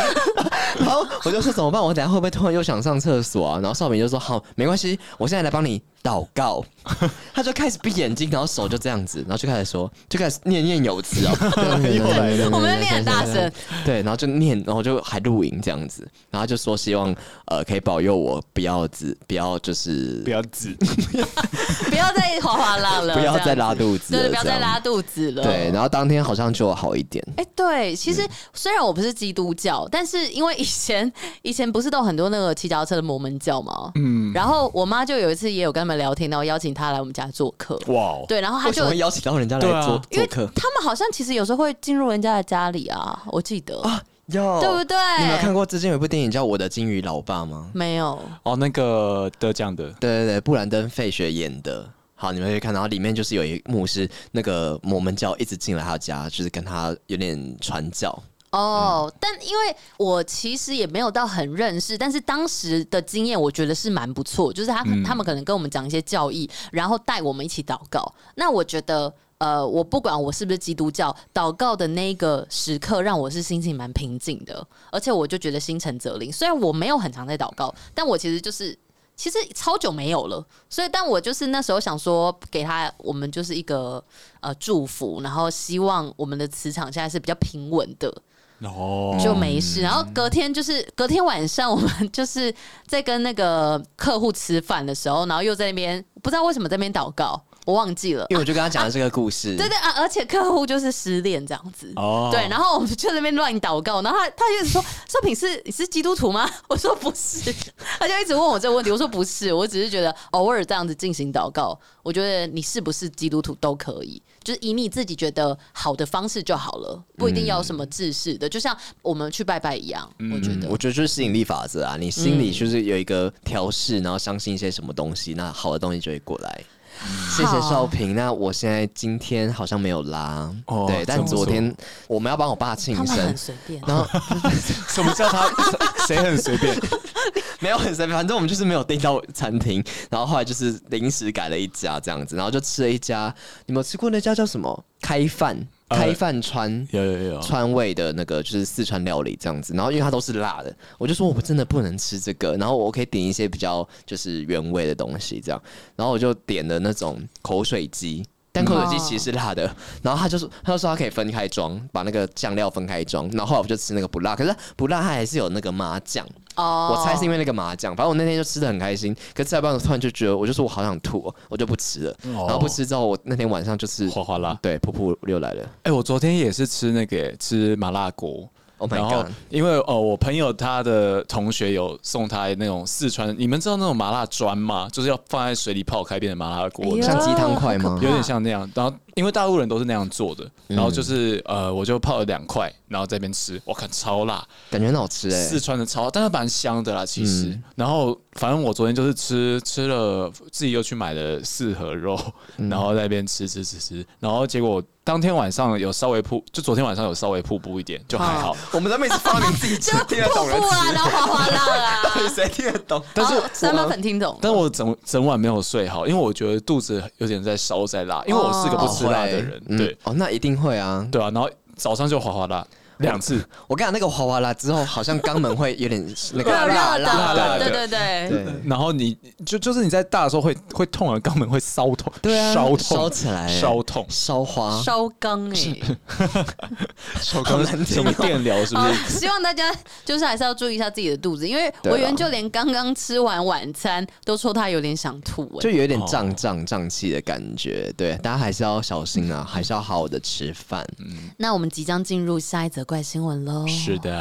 Speaker 2: 然后我就说怎么办？我等一下会不会突然又想上厕所啊？然后少明就说好，没关系，我现在来帮你祷告。 他就开始闭眼睛，然后手就这样子，然后就开始说，就开始念念有词哦，
Speaker 3: 又来了
Speaker 1: 我们念很大声，
Speaker 2: 对，然后就念，然后就还录影这样子，然后就说希望呃可以保佑我不要自不要就是
Speaker 3: 不要指，
Speaker 1: 不要再哗哗浪了，
Speaker 2: 不要
Speaker 1: 这样子
Speaker 2: 再拉肚子了，
Speaker 1: 对，不要再
Speaker 2: 这样
Speaker 1: 拉肚子了。
Speaker 2: 对，嗯然后当天好像就好一点。
Speaker 1: 哎、对，其实虽然我不是基督教，但是因为以前 以前不是都有很多那个骑脚踏车的摩门教嘛，嗯，然后我妈就有一次也有跟他们聊天，然后邀请她来我们家做客，
Speaker 3: 哇哦！
Speaker 1: 对，然后她
Speaker 2: 为什
Speaker 1: 就
Speaker 2: 么会邀请到人家来
Speaker 3: 对啊
Speaker 2: 做
Speaker 1: 因
Speaker 2: 做
Speaker 1: 为
Speaker 2: 客？
Speaker 1: 他们好像其实有时候会进入人家的家里啊，我记得，
Speaker 2: 有
Speaker 1: 对不对？
Speaker 2: 你有没有看过之前有一部电影叫《我的金鱼老爸》吗？
Speaker 1: 没有，
Speaker 3: 哦，那个得奖的
Speaker 2: 对对对，布兰登·费雪演的。好，你们可以看到，然后里面就是有一幕是那个呃摩门教一直进来他家，就是跟他有点传教。
Speaker 1: 哦，但因为我其实也没有到很认识，但是当时的经验我觉得是蛮不错，就是他、他们可能跟我们讲一些教义，然后带我们一起祷告。那我觉得。呃，我不管我是不是基督教，祷告的那个时刻让我是心情蛮平静的，而且我就觉得心诚则灵。虽然我没有很常在祷告，但我其实就是其实超久没有了，所以但我就是那时候想说，给他我们就是一个呃祝福，然后希望我们的磁场现在是比较平稳的，
Speaker 3: 哦，
Speaker 1: 就没事。然后隔天就是隔天晚上，我们就是在跟那个客户吃饭的时候，然后又在那边不知道为什么在那边祷告，我忘记了。
Speaker 2: 因为我就跟他讲了这个故事，
Speaker 1: 对对啊，而且客户就是失恋这样子，
Speaker 3: 哦
Speaker 1: 对，然后我们就在那边乱祷告，然后他他就一直说寿品是你是基督徒吗？ 我说不是， 他就一直问我这个问题，我说不是，我只是觉得偶尔这样子进行祷告，我觉得你是不是基督徒都可以，就是以你自己觉得好的方式就好了，不一定要什么制式的，就像我们去拜拜一样，我觉得
Speaker 2: 嗯我觉得就是吸引力法则啊，你心
Speaker 1: 嗯
Speaker 2: 里就是有一个调试，然后相信一些什么东西，那好的东西就会过来。谢谢少平，那我现在今天好像没有拉，
Speaker 3: 哦
Speaker 2: 对，
Speaker 3: 真
Speaker 2: 但
Speaker 3: 不
Speaker 2: 昨
Speaker 3: 错
Speaker 2: 天我们要帮我爸庆
Speaker 1: 他们
Speaker 2: 生
Speaker 1: 很，随便。
Speaker 2: 然后
Speaker 3: 什么叫他谁很随便？
Speaker 2: 没有很随便，反正我们就是没有订到餐厅，然后后来就是临时改了一家这样子，然后就吃了一家，你们有吃过那家叫什么？开饭，
Speaker 3: 呃
Speaker 2: 开饭川。
Speaker 3: 有有有，
Speaker 2: 川味的那个就是四川料理这样子，然后因为它都是辣的，我就说我真的不能吃这个，然后我可以点一些比较就是原味的东西这样，然后我就点了那种口水鸡，但口水鸡其实是辣的，然后他就说他就说他可以分开装，把那个酱料分开装，然后后来我就吃那个不辣，可是不辣它还是有那个麻酱，
Speaker 1: 哦
Speaker 2: 我猜是因为那个麻酱，反正我那天就吃的很开心，可吃到一半我突然就觉得我就说我好想吐、哦，我就不吃了，然后不吃之后我那天晚上就是
Speaker 3: 哗哗啦。
Speaker 2: 对噗噗又来了
Speaker 3: 哎、我昨天也是吃那个吃麻辣锅。
Speaker 2: ，Oh
Speaker 3: 然
Speaker 2: my
Speaker 3: 后
Speaker 2: god。，
Speaker 3: 因为哦，我朋友他的同学有送他那种四川，你们知道那种麻辣砖吗？就是要放在水里泡开变成麻辣锅，
Speaker 1: 哎呦
Speaker 2: 像鸡汤块吗
Speaker 1: 好可怕
Speaker 3: 有点像那样。然后因为大陆人都是那样做的，然后就是、
Speaker 2: 嗯
Speaker 3: 呃，我就泡了两块，然后在那边吃，我靠，超辣！
Speaker 2: 感觉很好吃哎、
Speaker 3: 四川的超，但是蛮香的啦，其实。
Speaker 2: 嗯
Speaker 3: 然后反正我昨天就是吃吃了，自己又去买了四盒肉，
Speaker 2: 嗯
Speaker 3: 然后在那边吃吃吃吃，然后结果当天晚上有稍微瀑，就昨天晚上有稍微瀑布一点，就还好。
Speaker 2: 我们在每次发明自己吃听得
Speaker 1: 瀑
Speaker 2: 懂人
Speaker 1: 布啊，然啊后哗哗浪 啊，
Speaker 2: 吃，谁听得懂？
Speaker 3: 但是
Speaker 1: 好哦三八粉听懂了，
Speaker 3: 但我整整晚没有睡好，因为我觉得肚子有点在烧在辣，因为我是个不吃辣的人，
Speaker 2: 哦嗯
Speaker 3: 对
Speaker 2: 哦，那一定会啊！
Speaker 3: 对啊。然后早上就哗哗辣
Speaker 2: 嗯
Speaker 3: 两次，
Speaker 2: 我跟你讲，那个哗哗啦之后，好像肛门会有点 那个
Speaker 1: 热热
Speaker 2: 辣
Speaker 1: 的，
Speaker 2: 辣
Speaker 1: 对对
Speaker 2: 的，
Speaker 1: 对。
Speaker 2: 对
Speaker 3: 然后你就就是你在大的时候会会痛啊，肛门会烧痛，
Speaker 2: 对啊，
Speaker 3: 烧痛，
Speaker 2: 烧起来欸，
Speaker 3: 烧 痛，
Speaker 2: 烧花，
Speaker 1: 烧缸哎、
Speaker 3: 烧
Speaker 2: 好
Speaker 3: 痛，
Speaker 2: 难听
Speaker 3: 什么电疗是不
Speaker 1: 啊
Speaker 3: 是？
Speaker 1: 希望大家就是还是要注意一下自己的肚子，因为
Speaker 2: 对
Speaker 1: 我
Speaker 2: 啊啦
Speaker 1: 原就连刚刚吃完晚餐都说他有点想吐哎、
Speaker 2: 就有点胀胀胀气的感觉。对，大家还是要小心
Speaker 3: 嗯
Speaker 2: 啊，还是要好好的吃饭。
Speaker 1: 那我们即将进入下一则怪新闻喽。
Speaker 3: 是的，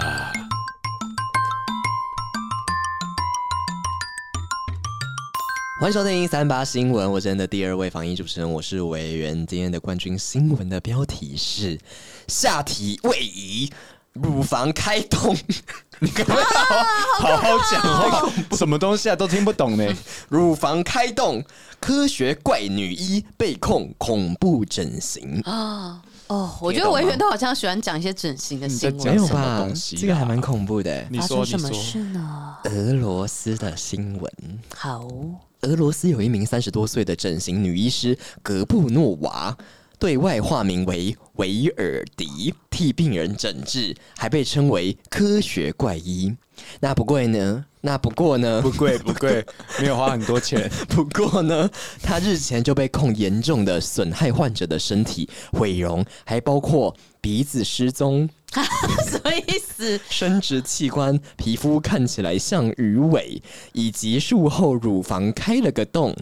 Speaker 2: 欢迎收听三八新闻，我是你的第二位防疫主持人，我是委员。今天的冠军新闻的标题是：下体位移，乳房开 动，
Speaker 3: 啊好好讲哦 话，什么东西啊都听不懂呢。
Speaker 2: 乳房开动，科学怪女医被控恐怖整形，
Speaker 1: 啊哦，我觉得维
Speaker 2: 听得懂吗嗯
Speaker 1: 园都好像喜欢讲一些整形的新
Speaker 3: 你在
Speaker 1: 闻
Speaker 3: 讲，什么东西啊
Speaker 2: 这个还蛮恐怖的。
Speaker 3: 你
Speaker 1: 发
Speaker 3: 说，
Speaker 1: 生
Speaker 3: 你
Speaker 1: 什么
Speaker 3: 说
Speaker 1: 事，呢？
Speaker 2: 俄罗斯的新闻。
Speaker 1: 好，
Speaker 2: 俄罗斯有一名三十多岁的整形女医师格布诺娃，对外化名为维尔迪，替病人诊治，还被称为科学怪医。那不过呢？那不过呢
Speaker 3: 不？贵不贵，没有花很多钱。
Speaker 2: 不过呢？她日前就被控严重的损害患者的身体毁容，还包括鼻子失踪、
Speaker 1: 什么意 思？
Speaker 2: 生殖器官、皮肤看起来像鱼尾，以及术后乳房开了个洞。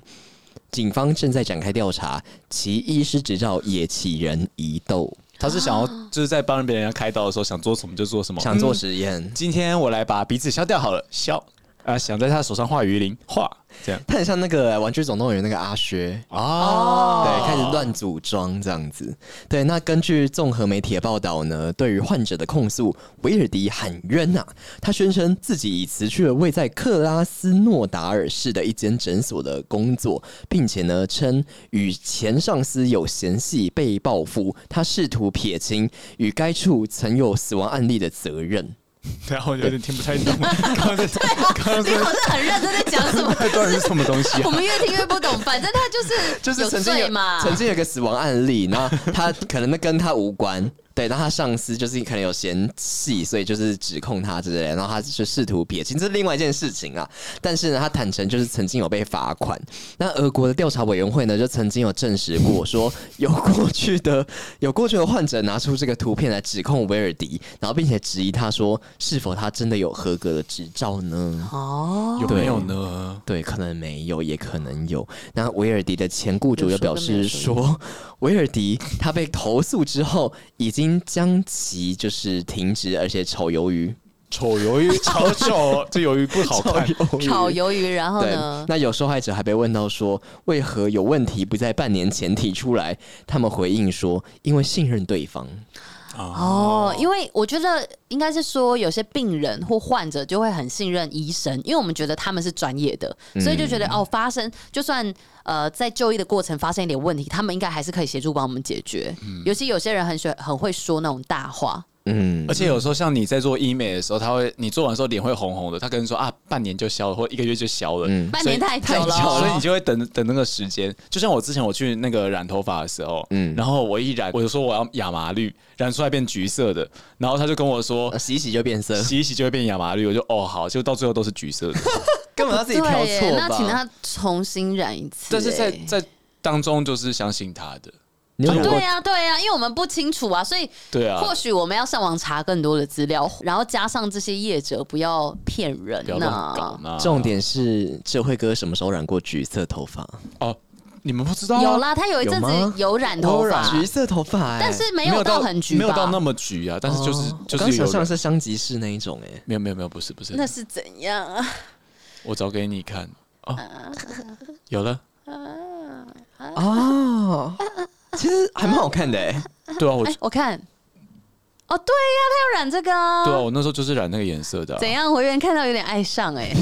Speaker 2: 警方正在展开调查，其医师执照也起人疑窦，
Speaker 3: 他是想要就是在帮别人开刀的时候，哦想做什么就做什么。
Speaker 2: 想做
Speaker 3: 嗯
Speaker 2: 实验。
Speaker 3: 今天我来把鼻子削掉好了，削啊，想在他手上画鱼鳞，画这样
Speaker 2: 他很像那个《玩具总动员》那个阿薛，
Speaker 3: 哦
Speaker 2: 对，开始乱组装这样子。对，那根据综合媒体的报道呢，对于患者的控诉，维尔迪喊冤呐、他宣称自己已辞去了位在克拉斯诺达尔市的一间诊所的工作，并且呢称与前上司有嫌隙被报复，他试图撇清与该处曾有死亡案例的责任。
Speaker 3: 然后有点听不太懂，刚刚在刚刚
Speaker 1: 你
Speaker 3: 在
Speaker 1: 好像很认真在讲什 么？
Speaker 3: 到底是什么东西
Speaker 1: 我
Speaker 3: 啊？
Speaker 1: 们越听越不懂，反正他就是
Speaker 2: 就是
Speaker 1: 有
Speaker 2: 曾经有
Speaker 1: 罪嘛，
Speaker 2: 曾经有个死亡案例，然后他可能那跟他无关，对，然后他上司就是可能有嫌弃，所以就是指控他之类的，然后他就试图撇清，这是另外一件事情啊。但是呢，他坦诚就是曾经有被罚款。那俄国的调查委员会呢，就曾经有证实过，说有过去的有过去的患者拿出这个图片来指控威尔迪，然后并且质疑他说是否他真的有合格的执照呢？
Speaker 1: 哦，
Speaker 3: 有没有呢？
Speaker 2: 对，可能没有，也可能有。那维尔迪的前雇主
Speaker 1: 有
Speaker 2: 又
Speaker 1: 说
Speaker 2: 表
Speaker 1: 跟没有
Speaker 2: 示
Speaker 1: 说
Speaker 2: 说， 维尔迪他被投诉之后，已经将其就是停职，而且炒鱿鱼。
Speaker 3: 丑鱿鱼，丑丑，这鱿鱼不好 看。
Speaker 1: 炒鱿鱼，然后
Speaker 2: 对
Speaker 1: 呢，？
Speaker 2: 那有受害者还被问到说，为何有问题不在半年前提出来？他们回应说，因为信任对方。
Speaker 1: 哦，因为我觉得应该是说，有些病人或患者就会很信任医生，因为我们觉得他们是专业的，
Speaker 3: 嗯
Speaker 1: 所以就觉得、哦，发生就算呃在就医的过程发生一点问题，他们应该还是可以协助帮我们解决。
Speaker 3: 嗯
Speaker 1: 尤其有些人很喜欢很会说那种大话，
Speaker 2: 嗯
Speaker 3: 而，且有时候像你在做医美的时候，他会你做完之后脸会红红的，他跟人说啊，半年就消了，或一个月就消了。
Speaker 2: 嗯
Speaker 1: 半年太久了哦，
Speaker 3: 所以你就会等等那个时间。就像我之前我去那个染头发的时候，
Speaker 2: 嗯
Speaker 3: 嗯，然后我一染，我就说我要亚麻绿，染出来变橘色的，然后他就跟我说
Speaker 2: 呃洗一洗就变色，
Speaker 3: 洗一洗就会变亚麻绿，我就哦好，结果到最后都是橘 色的。
Speaker 2: 根本他自己挑
Speaker 1: 对耶
Speaker 2: 错
Speaker 1: 那请
Speaker 2: 吧？
Speaker 1: 他重新染一次。
Speaker 3: 但是在
Speaker 1: 哎
Speaker 3: 在当中就是相信他的，
Speaker 2: 你有
Speaker 3: 啊
Speaker 2: 染过
Speaker 1: 对呀、对呀、因为我们不清楚啊，所以
Speaker 3: 对啊，
Speaker 1: 或许我们要上网查更多的资料，然后加上这些业者不要骗人啊
Speaker 3: 不要
Speaker 1: 呐、
Speaker 3: 乱搞嘛。
Speaker 2: 重点是智慧哥什么时候染过橘色头发？
Speaker 3: 哦，你们不知道啊
Speaker 1: 有啦，他有一
Speaker 2: 有
Speaker 1: 阵子
Speaker 2: 吗
Speaker 1: 有染头
Speaker 2: 我哦染
Speaker 1: 发，
Speaker 2: 橘色头发、欸，
Speaker 1: 但是没
Speaker 3: 没
Speaker 1: 有
Speaker 3: 到
Speaker 1: 到很橘吧？
Speaker 3: 没有到那么橘啊，但是就是、
Speaker 2: 哦
Speaker 3: 就
Speaker 2: 我刚
Speaker 3: 是有
Speaker 2: 想象
Speaker 3: 染
Speaker 2: 是香吉士那一种、欸，哎，
Speaker 3: 没有没有没有，不是不是，
Speaker 1: 那是怎样啊？
Speaker 3: 我找给你看哦，有了，
Speaker 2: 哦，其实还蛮好看的、欸，
Speaker 3: 对啊，我
Speaker 1: 哎、我看，哦，对呀、他有染这个、啊
Speaker 3: 对啊，我那时候就是染那个颜色的啊、
Speaker 1: 怎样？我远看到有点爱上哎、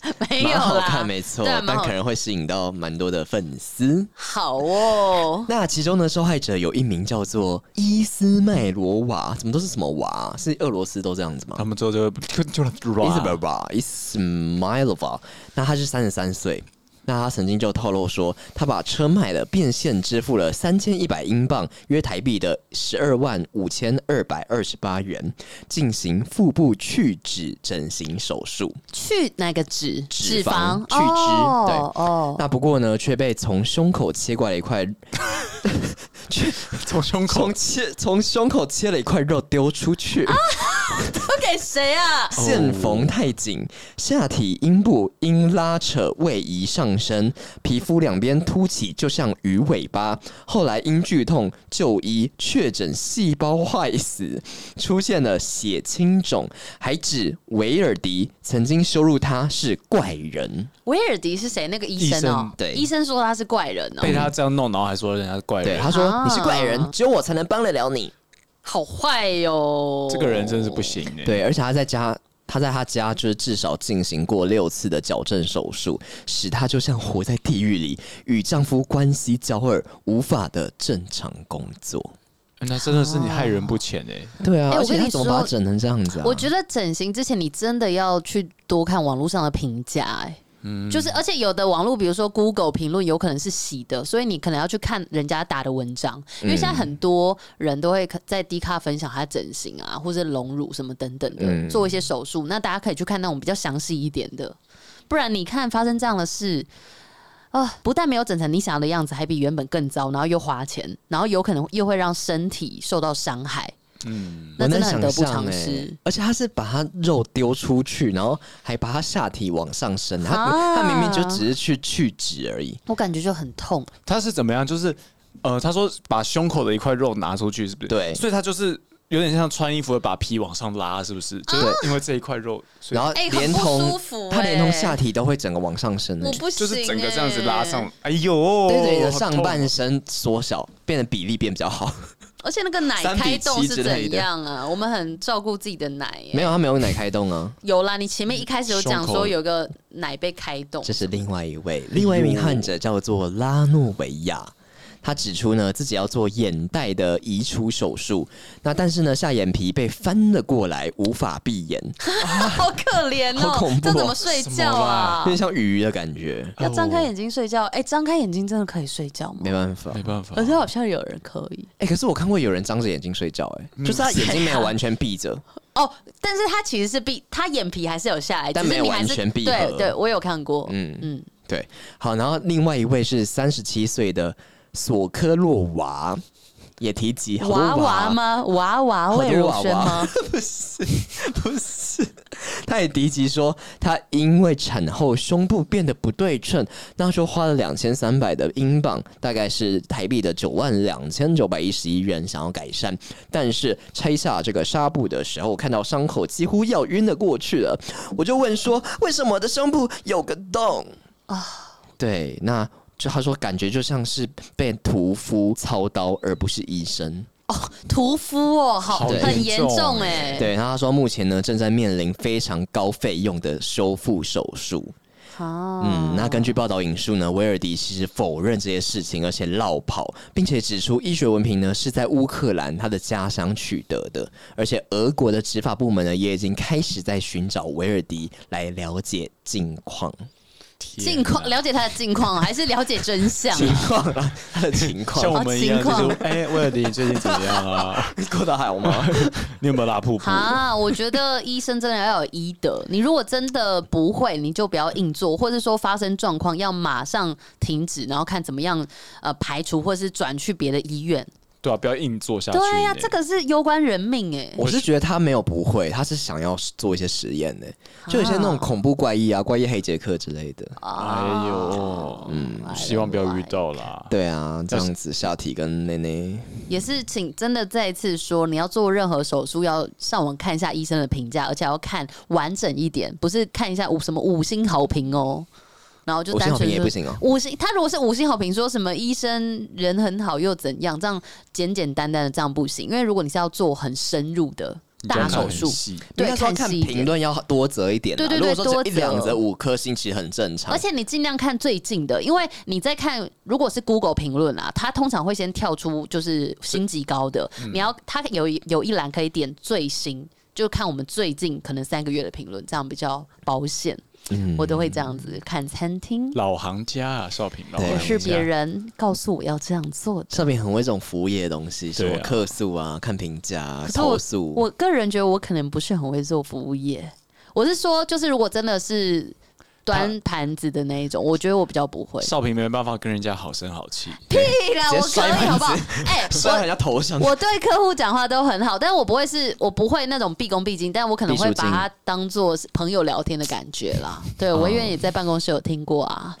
Speaker 1: 没有
Speaker 2: 蛮
Speaker 1: 啦，
Speaker 2: 好看，没错，
Speaker 1: 对啊蛮
Speaker 2: 但
Speaker 1: 好
Speaker 2: 可能会吸引到蛮多的粉丝。
Speaker 1: 好哦。
Speaker 2: 那其中呢，受害者有一名叫做伊斯麦罗娃，怎么都是什么娃啊？是俄罗斯都这样子吗
Speaker 3: 他？们之后就 就就啊
Speaker 2: 伊斯麦娃，伊斯麦罗娃，那他是三十三岁。那他曾经就透露说，他把车卖了，变现支付了三千一百英镑，约台币的十二万五千二百二十八元，进行腹部去脂整形手术。
Speaker 1: 去那个脂
Speaker 2: 脂
Speaker 1: 肪
Speaker 2: 肪去脂对
Speaker 1: 哦哦，
Speaker 2: 那不过呢，却被从胸口切过来一块，
Speaker 3: 从胸口
Speaker 2: 从切从胸口切了一块肉丢出去，
Speaker 1: 都给谁啊？
Speaker 2: 线缝太紧，下体阴部因拉扯位移上升，皮肤两边凸起，就像鱼尾巴。后来因剧痛就医，确诊细胞坏死，出现了血清肿，还指维尔迪曾经羞辱他是怪人。
Speaker 1: 维尔迪是谁？那个医生
Speaker 3: 医
Speaker 1: 哦
Speaker 3: 生，
Speaker 2: 对
Speaker 1: 医生说他是怪人哦，
Speaker 3: 被他这样弄，然后还说人家是怪
Speaker 2: 对，
Speaker 3: 人，
Speaker 2: 他说、
Speaker 1: 啊
Speaker 2: 你是怪人，只有我才能帮得了你。
Speaker 1: 好坏哟、哦。
Speaker 3: 这个人真是不行哎、
Speaker 2: 对，而且他在家，他在他家就是至少进行过六次的矫正手术，使他就像活在地狱里，与丈夫关系交恶，无法的正常工作。
Speaker 3: 哎那真的是你害人不浅哎、
Speaker 2: 对啊，
Speaker 1: 哎我
Speaker 2: 而
Speaker 1: 跟
Speaker 2: 且
Speaker 1: 你
Speaker 2: 他怎么把他整成这样子啊？
Speaker 1: 我觉得整形之前，你真的要去多看网络上的评价、哎，
Speaker 2: 嗯
Speaker 1: 就是而且有的网络，比如说 Google 评论，有可能是洗的，所以你可能要去看人家打的文章，
Speaker 2: 嗯
Speaker 1: 因为现在很多人都会可在 D 卡分享他整形啊，或者隆乳什么等等的，
Speaker 2: 嗯
Speaker 1: 做一些手术，那大家可以去看那种比较详细一点的，不然你看发生这样的事。啊、不但没有整成你想要的样子，还比原本更糟，然后又花钱，然后有可能又会让身体受到伤害，
Speaker 3: 嗯，
Speaker 1: 那
Speaker 2: 我
Speaker 1: 真
Speaker 2: 能
Speaker 1: 的很
Speaker 2: 想
Speaker 1: 得不
Speaker 2: 象
Speaker 1: 偿
Speaker 2: 哎
Speaker 1: 失。
Speaker 2: 而且他是把他肉丢出去，然后还把他下体往上升，他、
Speaker 1: 啊
Speaker 2: 他明明就只是去去脂而已。
Speaker 1: 我感觉就很痛。
Speaker 3: 他是怎么样？就是呃，他说把胸口的一块肉拿出去，是不是？
Speaker 2: 对
Speaker 3: 所以他就是有点像穿衣服会把皮往上拉，是不
Speaker 1: 啊
Speaker 3: 是？就是因为这一块肉，所以
Speaker 2: 然后
Speaker 1: 哎很
Speaker 2: 连
Speaker 1: 不
Speaker 2: 同、
Speaker 1: 舒服
Speaker 2: 他连同
Speaker 1: 哎
Speaker 2: 下体都会整个往上升、欸，
Speaker 1: 不行
Speaker 3: 就是整个这样子拉上
Speaker 1: 欸，，
Speaker 3: 哎呦，
Speaker 2: 对对，你的
Speaker 3: 好
Speaker 2: 上
Speaker 3: 痛啊
Speaker 2: 半身缩小，变得比例变比较好。
Speaker 1: 而且那个奶
Speaker 2: 三比
Speaker 1: 开洞
Speaker 2: 七
Speaker 1: 是
Speaker 2: 之类
Speaker 1: 怎
Speaker 2: 的
Speaker 1: 样啊？我们很照顾自己的奶、欸，
Speaker 2: 没有，他没有用奶开动啊。
Speaker 1: 有啦。你前面一开始有讲
Speaker 3: 胸
Speaker 1: 说
Speaker 3: 口
Speaker 1: 有个奶被开洞
Speaker 2: 这，是另外一位，另外一名患者叫做拉诺维亚。他指出呢，自己要做眼袋的移除手术，那但是呢，下眼皮被翻了过来，无法闭眼，
Speaker 1: 啊好可怜
Speaker 2: 好恐
Speaker 1: 哦，
Speaker 2: 怖
Speaker 1: 这
Speaker 2: 哦
Speaker 1: 怎么睡觉啊
Speaker 2: 有？ 点像鱼的感觉，
Speaker 1: 要张开眼睛睡觉，哎，张开眼睛真的可以睡觉吗
Speaker 2: 没？办法。
Speaker 3: 哦没办法
Speaker 1: 而，且好像有人可以
Speaker 2: 哎、可是我看过有人张着眼睛睡觉、哎、就是他眼睛没有完全闭 着，
Speaker 1: 哦，但是他其实是闭，他眼皮还是有下来，
Speaker 2: 但
Speaker 1: 只是
Speaker 2: 没有
Speaker 1: 你还是
Speaker 2: 完全闭合
Speaker 1: 对对，我有看过，
Speaker 2: 嗯
Speaker 1: 嗯，
Speaker 2: 对，好，然后另外一位是三十七岁的索科洛娃，也提及好多
Speaker 1: 娃娃吗？娃娃
Speaker 2: 好多
Speaker 1: 魏如
Speaker 2: 娃
Speaker 1: 萱
Speaker 2: 娃
Speaker 1: 吗？
Speaker 2: 不是，不是，他也提及说，他因为产后胸部变得不对称，那时候花了两千三百的英镑，大概是台币的九万两千九百一十一元，想要改善，但是拆下这个纱布的时候，看到伤口几乎要晕了过去了，我就问说，为什么我的胸部有个洞啊？对，那。就他说，感觉就像是被屠夫操刀，而不是医生。
Speaker 1: 哦，屠夫哦，好
Speaker 3: 好
Speaker 1: 很严
Speaker 3: 严
Speaker 1: 重
Speaker 3: 重欸
Speaker 1: 哎，
Speaker 2: 对，然后他说目前呢正在面临非常高费用的修复手术。
Speaker 1: 啊，
Speaker 2: 嗯，那根据报道引述呢，威尔迪其实否认这些事情，而且绕跑，并且指出医学文凭呢是在乌克兰他的家乡取得的，而且俄国的执法部门呢也已经开始在寻找威尔迪来了解近况，
Speaker 1: 近况了解他的近况，还是了解真相啊？
Speaker 2: 况啦，他的
Speaker 3: 像
Speaker 2: 情况
Speaker 3: 我们一样，
Speaker 1: 情
Speaker 3: 就
Speaker 1: 哦况
Speaker 3: 是哎，威尔迪，你最近怎么样啊？
Speaker 2: 过得好吗？
Speaker 3: 你有没有拉瀑布？
Speaker 1: 啊，我觉得医生真的要有医德。你如果真的不会，你就不要硬做，或者说发生状况要马上停止，然后看怎么样呃排除，或是转去别的医院。
Speaker 3: 对啊，不要硬做下去。
Speaker 1: 对呀、这个是攸关人命哎、
Speaker 2: 我是觉得他没有不会，他是想要做一些实验的，就有些那种恐怖怪医啊、怪医黑杰克之类的。
Speaker 1: 啊，
Speaker 3: 哎呦，嗯，希望不要遇到啦。
Speaker 2: 对啊，这样子下体跟内内，
Speaker 1: 也是请真的再一次说，你要做任何手术，要上网看一下医生的评价，而且要看完整一点，不是看一下五什么五星好评哦。然后就
Speaker 2: 五星
Speaker 1: 单
Speaker 2: 好
Speaker 1: 纯
Speaker 2: 评也
Speaker 1: 就
Speaker 2: 不行哦
Speaker 1: 五星，他如果是五星好评，说什么医生人很好又怎样，这样简简单单的这样不行。因为如果你是要做很深入的
Speaker 3: 你就要
Speaker 1: 大
Speaker 3: 看
Speaker 1: 手
Speaker 3: 很
Speaker 1: 术，
Speaker 3: 细
Speaker 2: 应
Speaker 1: 对，
Speaker 2: 该说看
Speaker 1: 细一
Speaker 2: 评
Speaker 1: 点，
Speaker 2: 论要多折一点啦。
Speaker 1: 对对对
Speaker 2: 如果说
Speaker 1: 多
Speaker 2: 只
Speaker 1: 折
Speaker 2: 一两折五颗星，其实很正常
Speaker 1: 而。且你尽量看最近的，因为你在看，如果是 Google 评论啊，它通常会先跳出就是星级高的，
Speaker 2: 嗯
Speaker 1: 你要它有一有一栏可以点最新，就看我们最近可能三个月的评论，这样比较保险。
Speaker 2: 嗯
Speaker 1: 我都会这样子看餐厅，
Speaker 3: 老行家啊，少平老
Speaker 2: 对
Speaker 3: 行
Speaker 1: 也
Speaker 3: 家
Speaker 1: 是别人告诉我要这样做的。
Speaker 2: 上面很会这种服务业的东西，什么
Speaker 3: 对啊
Speaker 2: 客诉啊、看评价啊、
Speaker 1: 可是
Speaker 2: 投
Speaker 1: 我
Speaker 2: 诉。
Speaker 1: 我个人觉得我可能不是很会做服务业，我是说，就是如果真的是端盘子的那一种，我觉得我比较不会。
Speaker 3: 少平没有办法跟人家好声好气，
Speaker 1: 对啦，我
Speaker 2: 直接
Speaker 1: 可
Speaker 2: 摔盘
Speaker 1: 以
Speaker 2: 子
Speaker 1: 好不好？ 哎、
Speaker 2: 摔到
Speaker 1: 我
Speaker 2: 人家 头上，
Speaker 1: 我对客户讲话都很好，但我不会是我不会那种毕恭毕哦敬，但我可能会把它当做朋友聊天的感觉啦。对，我因为也在办公室有听过 啊。